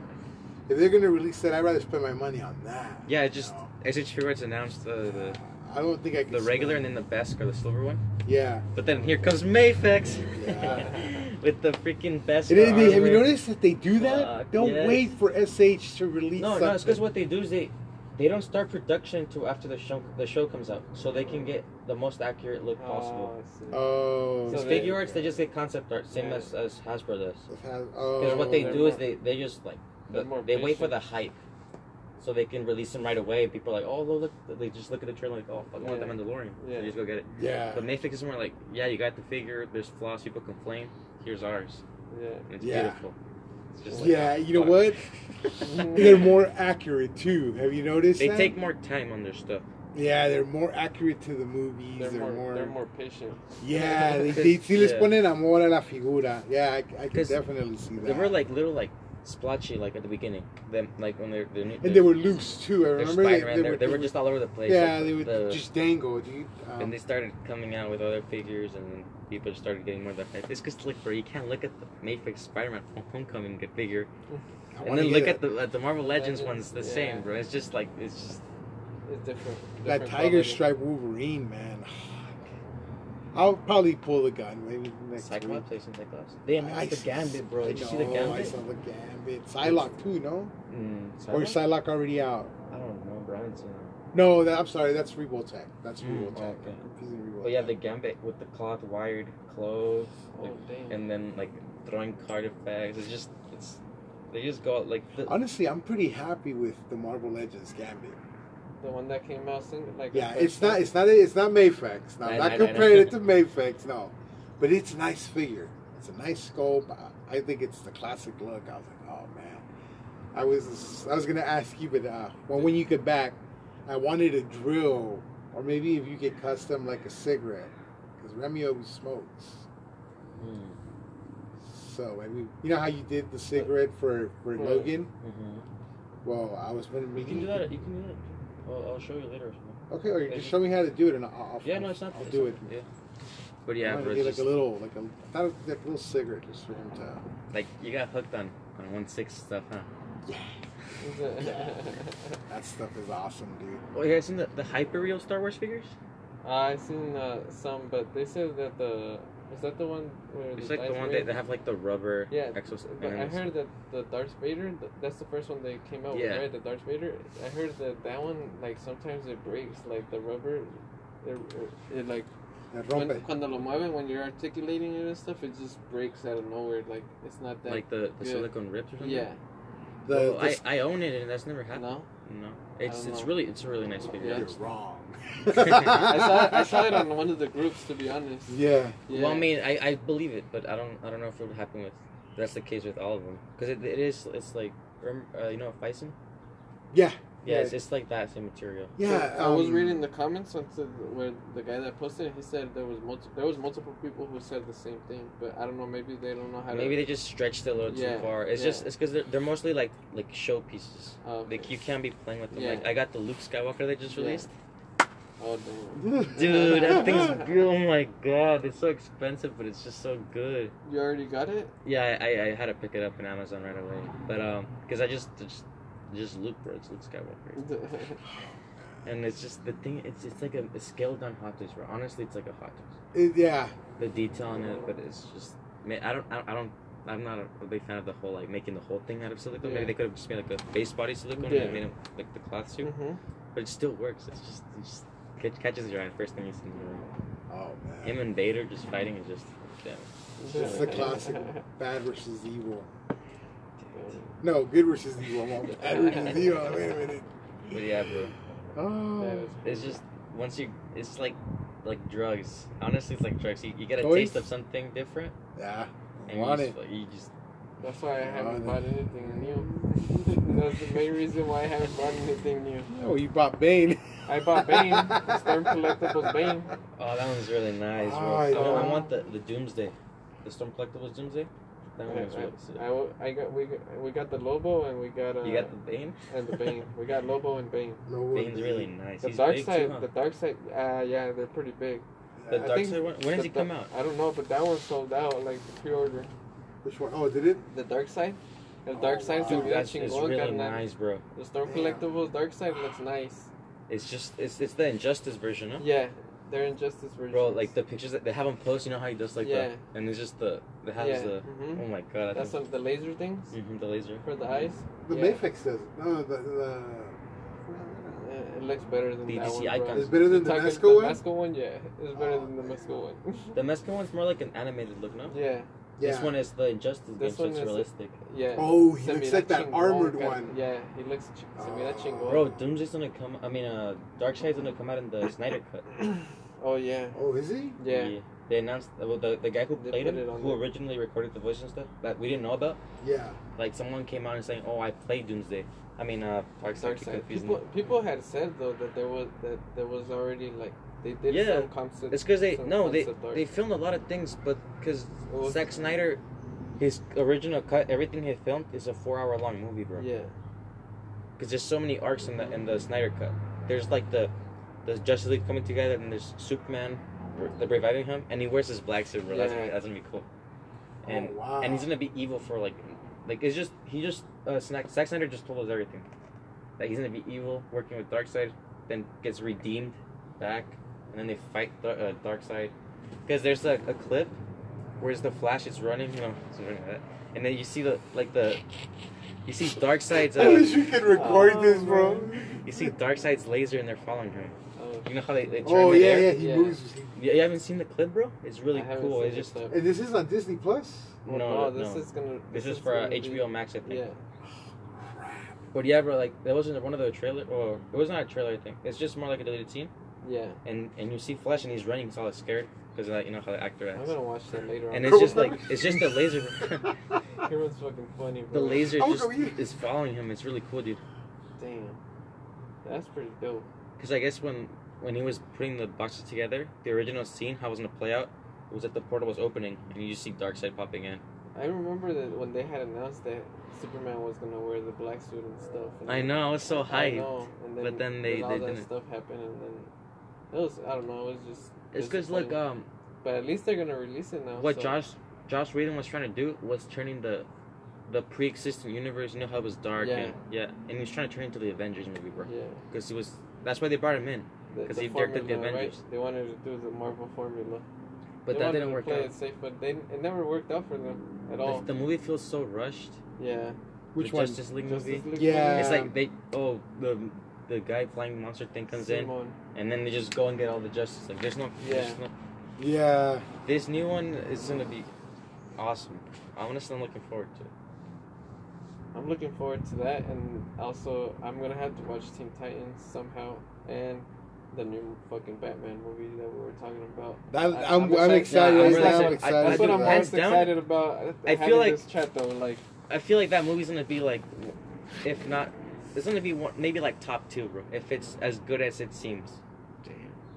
S2: If they're gonna release that, I'd rather spend my money on that.
S4: Yeah, it
S2: you
S4: just
S2: know?
S4: SH favorites announced the
S2: I don't think I
S4: the,
S2: can.
S4: the regular and then the best or the silver one.
S2: yeah.
S4: But then here comes Mayfix
S2: Yeah.
S4: with the freaking best.
S2: And then they, have you
S4: armor.
S2: noticed that they do that?
S4: Fuck,
S2: Don't
S4: yes.
S2: wait for SH to release.
S3: No,
S2: something.
S3: no, it's because what they do is they they don't start production until after the show the show comes out, so they can get the most accurate look possible.
S1: Oh, I see.
S2: Oh.
S1: So
S3: Because
S1: they-
S3: figure arts, they just get concept art, same
S1: Yeah.
S3: as, as Hasbro does.
S2: It has-
S3: Because
S2: oh.
S3: what they
S1: They're
S3: do is
S1: more-
S3: they they just like
S1: they're
S3: the-
S1: more
S3: they wait for
S1: patient.
S3: the hype, so they can release them right away. People are like, oh look, look," they just look at the trailer like, oh fuck, I want the
S1: Yeah.
S3: Mandalorian.
S1: Yeah.
S3: So they just go get it.
S2: Yeah.
S4: But Mayfix is more like, yeah, you got the figure. There's flaws. People complain. Here's ours.
S1: Yeah.
S4: And It's
S2: Yeah.
S4: beautiful. It's just like,
S2: Yeah, you know
S4: fuck.
S2: what? They're more accurate too. Have you noticed?
S4: They
S2: that?
S4: take more time on their stuff.
S2: Yeah, they're more accurate to the movies.
S1: They're more, they're more patient.
S2: Yeah, they, they sí les
S4: Yeah.
S2: ponen amor a la figura. Yeah, I, I can
S4: 'Cause
S2: definitely see
S3: They
S2: that.
S3: were like little like splotchy like at the beginning. Them like when they're they're new.
S2: and they were loose too. I
S3: they're
S2: remember
S3: Spider-Man, they, were, they were just all over the place.
S2: yeah,
S3: like,
S2: they would
S3: the-
S2: just dangle, dude. Um,
S3: And they started coming out with other figures, and then people just started getting more of the hype. It's because, like, bro, you can't look at the Matrix Spider-Man Homecoming good figure,
S2: I
S3: and
S2: wanna get
S3: then look
S2: a-
S3: at the at the Marvel Legends ones
S1: Legends,
S3: the
S1: yeah.
S3: same, bro. It's just like it's just
S1: It's different.
S2: that
S1: different
S2: tiger
S1: quality.
S2: stripe Wolverine, man. I'll probably pull the gun maybe next week.
S3: Cyclops. They seen Cyclops. They announced the Gambit, bro.
S2: I
S3: Did you see the
S2: know, I
S3: Gambit?
S2: saw the gambit. Psylocke too, no?
S3: Mm,
S2: Or
S3: Cyclops?
S2: Psylocke already out?
S3: I don't know, bro. I haven't seen it.
S2: No, that, I'm sorry. That's Tech. That's
S3: Mm,
S2: Rebotech. Tech.
S3: okay.
S2: He's in Rebotech.
S3: But yeah, the Gambit with the cloth wired clothes,
S1: Oh,
S3: like,
S1: damn.
S3: and then like throwing card effects. It's just it's they just go out, like the,
S2: Honestly, I'm pretty happy with the Marvel Legends Gambit.
S1: the one that came out sing, like
S2: Yeah,
S1: the
S2: it's
S1: first
S2: not. It's not. It's not Mayfax. No,
S3: I-
S2: I'm not
S3: I- I know.
S2: comparing it to Mayfax. No, but it's a nice figure. It's a nice sculpt. I, I think it's the classic look. I was like, oh man, I was. I was gonna ask you, but uh, well, when you get back, I wanted a drill, or maybe if you could custom like a cigarette, because Remy always smokes.
S3: Mm,
S2: So maybe you know how you did the cigarette for for
S1: Right.
S2: Logan.
S3: Mhm.
S2: Well, I was wondering.
S3: You can do that. You can do that. I'll, I'll show you later. Or something.
S2: Okay, or you just show me how to do it, and I'll. I'll
S3: Yeah, no, it's not.
S2: I'll
S3: it's
S2: do
S3: not-
S2: it.
S3: Yeah,
S4: But yeah,
S2: I wanted
S4: bro,
S2: to
S4: it's
S2: get like
S4: just,
S2: a little, like a, I thought it was like a little cigarette just for him to.
S4: like you got hooked on on one six stuff, huh?
S1: one.
S2: That stuff is awesome, dude.
S4: Oh, you guys seen the, the hyper real Star Wars figures?
S1: I seen uh, some, but they said that the was that the one where
S4: It's
S1: the
S4: like the
S1: Darth
S4: one that
S1: Vader-
S4: they have like the rubber
S1: Yeah,
S4: exoskeleton.
S1: But I heard that the Darth Vader, th- that's the first one they came out
S4: Yeah.
S1: with, right? The Darth Vader. I heard that that one, like sometimes it breaks, like the rubber, it, it, it like
S2: That
S1: when,
S2: rompe.
S1: cuando lo mueven when you're articulating it and stuff, it just breaks out of nowhere. Like it's not that.
S4: like the, the
S1: Yeah.
S4: silicone rips or something.
S1: yeah.
S2: The,
S4: Well,
S2: the
S4: I, I own it and that's never happened.
S1: No.
S4: No, it's
S1: don't
S4: it's
S1: know.
S4: really it's a really nice figure.
S1: Yeah.
S2: you're wrong.
S1: I saw, I saw it on one of the groups, to be honest.
S2: Yeah,
S1: Yeah.
S4: Well, I mean, I, I believe it, but I don't I don't know if it would happen with that's the case with all of them because it, it is it's like rem- uh, you know Fison
S2: yeah,
S3: Yeah,
S2: Yeah.
S3: It's, it's like that same material.
S2: Yeah,
S1: I was
S2: um,
S1: reading the comments on to- where the guy that posted. it, He said there was multi- there was multiple people who said the same thing, but I don't know. Maybe they don't know how
S3: Maybe
S1: to.
S3: they just stretched it a little
S1: Yeah,
S3: too far. It's
S1: yeah.
S3: just it's because they're, they're mostly like like show pieces.
S1: Oh, okay.
S3: Like you can't be playing with them.
S1: Yeah.
S3: Like I got the Luke Skywalker they just
S1: Yeah.
S3: released.
S1: Oh damn!
S3: Dude, that thing's good. Oh my god, it's so expensive, but it's just so good.
S1: You already got it.
S3: Yeah, I, I, I had to pick it up on Amazon right away. But um, because I just just just Luke, bro. It's Luke Skywalker, and it's just the thing. It's it's like a, a scaled down hot disk, bro. Honestly, it's like a hot disk.
S2: It- yeah,
S3: The detail on it, but it's just man, I don't I, I don't. I'm not a a big fan of the whole like making the whole thing out of silicone.
S1: Yeah.
S3: Maybe they could have just made like a base body silicone
S1: Yeah.
S3: and made it like the cloth suit,
S1: hmm
S3: but it still works. It's just it just catch, catches your eye first thing you see. in the room.
S2: oh man,
S3: Him and Vader just fighting is just damn.
S2: It's the classic. bad versus evil. No, good versus evil. I'm on bad versus evil. Wait a minute.
S3: But yeah, bro.
S1: That
S2: Oh,
S1: is-
S3: It's just once you, it's like like drugs. Honestly, it's like drugs. You, you get a
S2: Toys?
S3: taste of something different,
S2: yeah, I
S3: and
S2: want
S3: you
S2: it.
S3: just, you just
S1: That's why I haven't
S2: Oh,
S1: bought anything new. That's the main reason why I haven't bought anything new.
S2: Oh, you bought Bane.
S1: I bought Bane, Storm Collectibles Bane.
S3: oh, that one's really nice. Bro.
S2: Oh,
S3: I,
S2: yeah.
S3: want- I want the the Doomsday, the Storm Collectibles Doomsday. That one was really sick.
S1: I, I, I got we got, we got the Lobo and we got uh,
S3: You got the Bane.
S1: and the Bane. We got Lobo and Bane.
S2: No way.
S3: Bane's really nice.
S1: The
S3: He's
S1: dark
S3: big
S1: side,
S3: too. huh?
S1: the dark side. Uh, yeah, they're pretty big.
S3: The
S1: I
S3: dark
S1: think
S3: side. One, when does
S1: The
S3: he come
S1: Dar-
S3: out?
S1: I don't know, but that one sold out like the pre-order.
S2: Which one? Oh, did it?
S1: The dark side. The
S2: Oh,
S1: dark side
S2: wow.
S1: se
S2: Dude,
S1: mira
S3: That's it's
S1: chingón,
S3: really
S1: carnal.
S3: nice, bro.
S1: The Storm
S2: Damn.
S1: Collectibles dark side looks nice.
S3: It's just it's it's the Injustice version, huh?
S1: Yeah, they're Injustice versions.
S3: Bro, like the pictures that they have him post, you know how he does like
S1: Yeah.
S3: the and it's just the the has
S1: yeah.
S3: the
S1: hmm
S3: oh my god,
S1: That's some the laser things
S3: hmm the laser.
S1: for the eyes.
S2: The
S1: Yeah.
S2: Mayfix does it. No, the, the
S1: Uh, it looks better than
S3: The
S1: that
S3: DC
S1: one. bro.
S3: icon.
S2: it's better than the
S1: Talking-
S2: Mesco one.
S1: Mesco one, yeah, it's better
S2: Oh,
S1: than the
S2: man.
S1: Mesco one.
S3: The Mexican one's more like an animated look, no?
S1: yeah,
S2: Yeah.
S3: This one is the Injustice
S1: This
S3: game, so
S1: one
S3: it's
S1: is-
S3: realistic.
S1: yeah.
S2: Oh, he
S1: Se
S2: looks
S1: mira
S2: like that
S1: chingón,
S2: armored
S1: car-
S2: one.
S1: Yeah, he looks. Ch- se mira
S2: Oh.
S1: chingón.
S3: Bro, Doomsday's gonna come. I mean, uh, Darkseid's gonna come out in the Snyder cut.
S1: Oh yeah,
S2: Oh, is he?
S1: yeah.
S3: They announced well, the the guy who
S1: They
S3: played
S1: put
S3: him,
S1: it on
S3: who
S1: there.
S3: originally recorded the voice and stuff that we didn't know about.
S2: Yeah.
S3: Like someone came out and saying, "Oh, I played Doomsday." I mean, uh, Darkseid.
S1: Dark
S3: keep
S1: side.
S3: confusing
S1: People,
S3: me.
S1: people had said though that there was that there was already like they did
S3: Yeah.
S1: some concept.
S3: It's because they
S1: some
S3: no they
S1: concept art.
S3: they filmed a lot of things, but because
S1: was-
S3: Zack Snyder, his original cut, everything he filmed is a four-hour-long movie, bro.
S1: yeah
S3: because there's so many arcs in the in the Snyder cut. There's like the the Justice League coming together, and there's Superman, re- the reviving him, and he wears his black suit. Bro. That's, gonna,
S1: Yeah.
S3: that's gonna be cool. And
S2: oh, wow.
S3: and he's gonna be evil for like like it's just he just uh, Zack Zack Snyder just told us everything. That he's gonna be evil, working with Darkseid, then gets redeemed back, and then they fight Dar- uh, Darkseid. Because there's a, a clip where's the Flash is running, you know, he's running like that. and then you see the like the you see Darkseid's
S2: I wish
S3: uh,
S2: we could record
S1: Oh,
S2: this, bro.
S3: you see Darkseid's laser and they're following him.
S1: oh,
S3: You know how they, they turn
S2: Oh
S3: the
S2: yeah, yeah.
S3: air?
S2: He
S1: Yeah.
S2: moves.
S3: You, you haven't seen the clip, bro? It's really
S1: I haven't
S3: cool.
S1: seen
S3: It's
S1: it,
S3: just
S1: so-
S2: And this is on Disney Plus.
S1: well,
S3: no,
S1: no, this
S3: no.
S1: is gonna
S3: this is for uh,
S1: gonna be-
S3: HBO Max, I think.
S1: yeah
S3: But yeah, bro, like that wasn't one of the trailer, or it was not a trailer thing. It's just more like a deleted scene,
S1: yeah
S3: and and you see Flash and he's running, he's all scared because like, you know how the actor
S1: I'm
S3: acts.
S1: gonna watch that later
S3: And
S1: on.
S3: it's just like it's just the laser,
S1: It was fucking funny.
S3: the
S1: Bro.
S3: laser
S2: Oh,
S3: just
S2: go here.
S3: is following him. It's really cool, dude.
S1: Damn, that's pretty dope.
S3: Because I guess when when he was putting the boxes together, the original scene how it was gonna play out was that the portal was opening and you just see Darkseid popping in.
S1: I remember that when they had announced that Superman was gonna wear the black suit and stuff. And
S3: I know, I was so
S1: I
S3: hyped.
S1: know, and
S3: but then they-
S1: all
S3: they
S1: that
S3: didn't.
S1: stuff happened, and then it was I don't know. It was just
S3: It's because
S1: disappointing.
S3: look, um,
S1: But at least they're gonna release it now.
S3: what
S1: so-
S3: Josh Josh Whedon was trying to do was turning the the pre-existing universe, you know how it was dark,
S1: Yeah.
S3: and yeah, and he was trying to turn it into the Avengers movie, bro.
S1: Yeah,
S3: Because he was that's why they brought him in.
S1: the-
S3: 'Cause
S1: the
S3: he directed the
S1: formula, right?
S3: Avengers.
S1: They wanted to do the Marvel formula,
S3: But
S1: They
S3: that
S1: wanted
S3: didn't
S1: to
S3: work
S1: play
S3: out.
S1: It safe, but they it never worked out for them at all.
S3: The, the movie feels so rushed.
S1: yeah,
S2: Which
S3: the
S2: one?
S3: Justice League movie.
S1: Justice League
S2: Yeah.
S3: It's
S1: movie,
S3: like they oh the the guy flying monster thing comes in,
S1: Simone.
S3: and then they just go and get all the Justice. Like there's no there's
S1: Yeah.
S3: no,
S2: Yeah.
S3: this new one is gonna be awesome. Honestly, I'm looking forward to it.
S1: I'm looking forward to that, and also I'm gonna have to watch Teen Titans somehow, and the new fucking Batman movie that we were talking about.
S2: That,
S1: I-
S2: I'm,
S1: I'm
S2: I'm,
S1: excited-
S2: excited.
S1: yeah,
S2: right
S1: I'm
S2: now,
S1: really
S2: I'm
S3: excited. I-
S2: excited.
S1: That's what I'm
S2: for
S3: Hands
S1: most
S3: down-
S1: excited about.
S3: I
S1: having
S3: feel like-
S1: this chat though, like
S3: I feel like that movie's gonna be like, if not It's gonna be one, maybe like top two, bro. If it's as good as it seems,
S1: Damn.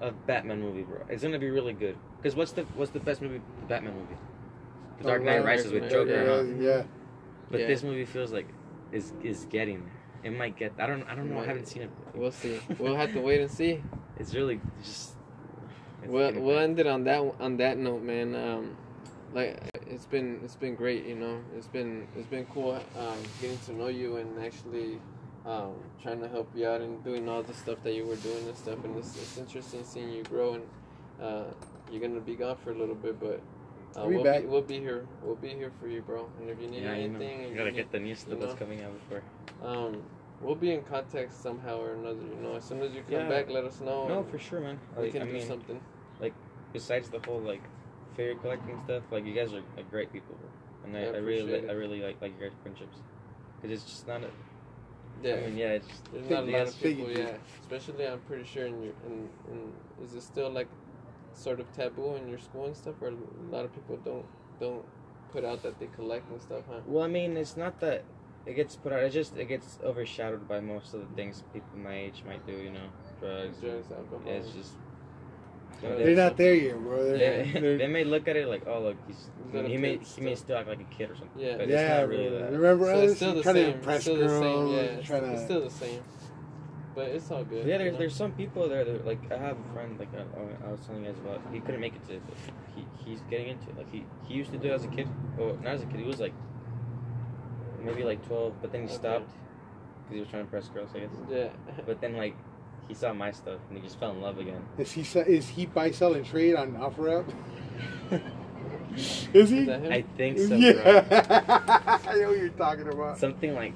S3: of Batman movie, bro. It's gonna be really good. Cause what's the what's the best movie? The Batman movie, The Dark Knight
S1: Dark
S3: Rises
S1: Knight,
S3: with
S2: Yeah,
S3: Joker. huh?
S2: yeah.
S3: But
S1: Yeah.
S3: this movie feels like is is getting there. It might get. I don't. I don't know. I
S1: Might.
S3: haven't seen it.
S1: We'll see. We'll have to wait and see.
S3: It's really just. it's
S1: We'll,
S3: getting
S1: we'll
S3: there.
S1: end it on that on that note, man. Um, like it's been it's been great, you know. It's been it's been cool um, getting to know you and actually um, trying to help you out and doing all the stuff that you were doing and stuff. And it's, it's interesting seeing you grow. And uh, you're gonna be gone for a little bit, but uh,
S2: We'll be
S1: we'll
S2: back.
S1: be we'll be here. We'll be here for you, bro. And if you need
S3: Yeah, you, know,
S1: anything,
S3: you
S1: and
S3: gotta
S1: you
S3: get the new
S1: you
S3: stuff that's
S1: know.
S3: coming out before.
S1: um, we'll be in contact somehow or another. You know, as soon as you come
S3: Yeah.
S1: back, let us know.
S3: No,
S1: and
S3: for sure, man.
S1: Oh, we
S3: Like,
S1: can
S3: I
S1: do
S3: mean,
S1: something.
S3: besides the whole like figure collecting stuff, like you guys are like great people, bro. and I,
S1: I
S3: I, really,
S1: appreciate
S3: li-
S1: it.
S3: I really like like your guys' friendships. Cause it's just not. A,
S1: Yeah.
S3: I mean, yeah, it's just,
S1: There's not a
S3: Big
S1: lot
S3: ass
S1: of people,
S2: figure.
S1: yeah. Especially, I'm pretty sure in your in, in is it still like sort of taboo in your school and stuff, where a lot of people don't don't put out that they collect and stuff, huh?
S3: Well, I mean, it's not that it gets put out. It's just it gets overshadowed by most of the things people my age might do. You know, drugs. and-
S1: Drugs, alcohol.
S3: yeah, it's just.
S2: They're not there yet, bro. They're,
S3: They,
S2: they're-
S3: they may look at it like, oh look, he's,
S1: He's not a
S3: he
S1: kid
S3: may he may
S1: still.
S3: still act like a kid or something.
S1: Yeah.
S3: but
S2: yeah,
S3: it's not really
S2: bro.
S3: that.
S2: remember
S1: so
S2: us?
S1: it's still the
S2: trying to
S1: same.
S2: impress
S1: still
S2: girls,
S1: the same. Yeah, it's,
S2: trying
S1: it's
S2: to-
S1: still the same. But it's all good.
S3: But yeah,
S1: you
S3: there's
S1: know?
S3: there's some people there that like I have a friend like I, I was telling you guys about. He couldn't make it to, it, but he he's getting into it. Like he he used to do it as a kid. Oh, not as a kid. He was like maybe like twelve, but then he
S1: Okay.
S3: stopped because he was trying to impress girls, I guess.
S1: yeah.
S3: But then like he saw my stuff and he just fell in love again.
S2: Is he se- is he buy sell and trade on OfferUp? is
S1: Is
S2: he?
S1: that him?
S3: I think so,
S2: yeah,
S3: bro.
S2: I know what you're talking about.
S3: Something like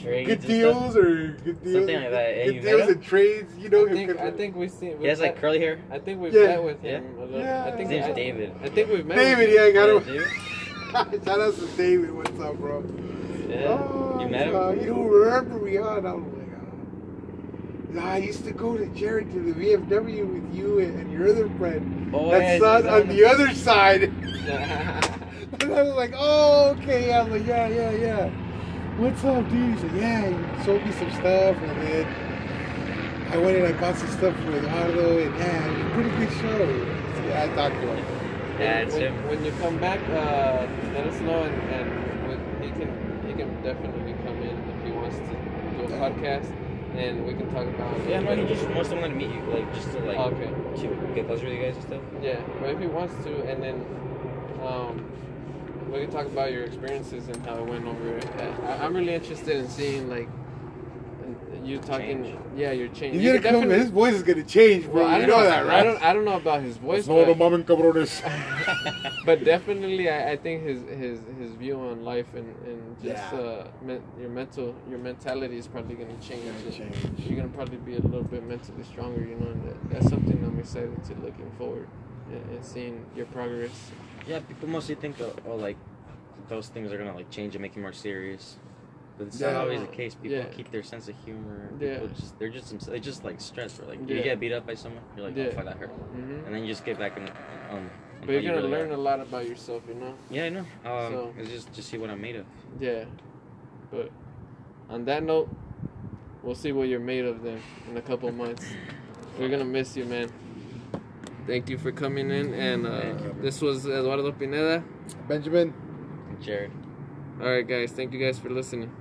S3: trades
S2: good
S3: and
S2: deals
S3: stuff.
S2: or good deals,
S3: Something like that. Yeah,
S2: Good
S3: you met
S2: deals
S3: him?
S2: and trades. You know,
S1: I think I think we've seen.
S3: He has like
S1: we've
S3: curly hair.
S1: met- I think we've
S2: Yeah.
S1: met with him a little.
S2: Yeah.
S1: I think
S3: His name's
S1: I,
S3: David.
S1: I think we've met
S2: David,
S1: With
S2: yeah, I got
S3: Yeah,
S2: him. Shout out to David. What's up, bro?
S3: dude. Yeah.
S2: Oh,
S3: you met him?
S2: uh, you don't remember me, huh? And I was like, oh. Nah, I used to go to Jared to the VFW with you and, and your other friend.
S3: Oh, yeah,
S2: That's
S3: is-
S2: not
S3: is
S2: on
S3: one
S2: the
S3: of-
S2: other side.
S1: yeah.
S2: And I was like, oh, okay. I was like, yeah, yeah, yeah. What's up, dude? He's like, yeah, you sold me some stuff. And then I went and I bought some stuff for Eduardo. And yeah, it was a pretty good show. So, yeah, I talked to him.
S3: Yeah, it's
S1: when,
S3: him.
S1: When you come back, uh, let us know, and, and we- he can he can definitely come in if he wants to do a podcast, and we can talk about
S3: Yeah, no, he just wants someone to meet you, like just to like
S1: okay,
S3: to get closer to you guys and stuff.
S1: yeah, but if he wants to, and then um, we can talk about your experiences and how it went over. it. I, I'm really interested in seeing like you talking,
S3: Change.
S1: yeah, your change.
S2: He's
S1: You
S2: gonna
S1: can
S2: come,
S1: definitely-
S2: his voice is gonna change, bro.
S1: Well, I
S2: you
S1: don't
S2: know, that, right?
S1: I don't, I don't know about his voice. but-
S2: mamen cabrones.
S1: but definitely, I, I think his, his his view on life and and just
S2: Yeah.
S1: uh, men, your mental your mentality is probably gonna change.
S2: Gonna
S1: and
S2: change.
S1: You're gonna probably be a little bit mentally stronger, you know. And that, that's something I'm excited to looking forward and, and seeing your progress.
S3: yeah, people mostly think of oh like those things are gonna like change and make you more serious. But it's
S2: Yeah.
S3: not always the case. People
S1: Yeah.
S3: keep their sense of humor.
S1: Yeah.
S3: People just they're just themselves. They just like stress. Or like
S1: Yeah.
S3: you get beat up by someone, you're like,
S1: Yeah.
S3: oh fuck, that hurt,
S1: hmm
S3: and then you just get back um, on. on
S1: But you're gonna learn a lot about yourself, you know.
S3: Yeah, I know. Um,
S1: So-
S3: it's just to see what I'm made of.
S1: Yeah. But on that note, we'll see what you're made of then in a couple months. We're gonna miss you, man. Thank you for coming in, and uh,
S3: Thank you.
S1: this was Eduardo Pineda.
S2: Benjamin.
S3: Jared.
S1: All right, guys. Thank you guys for listening.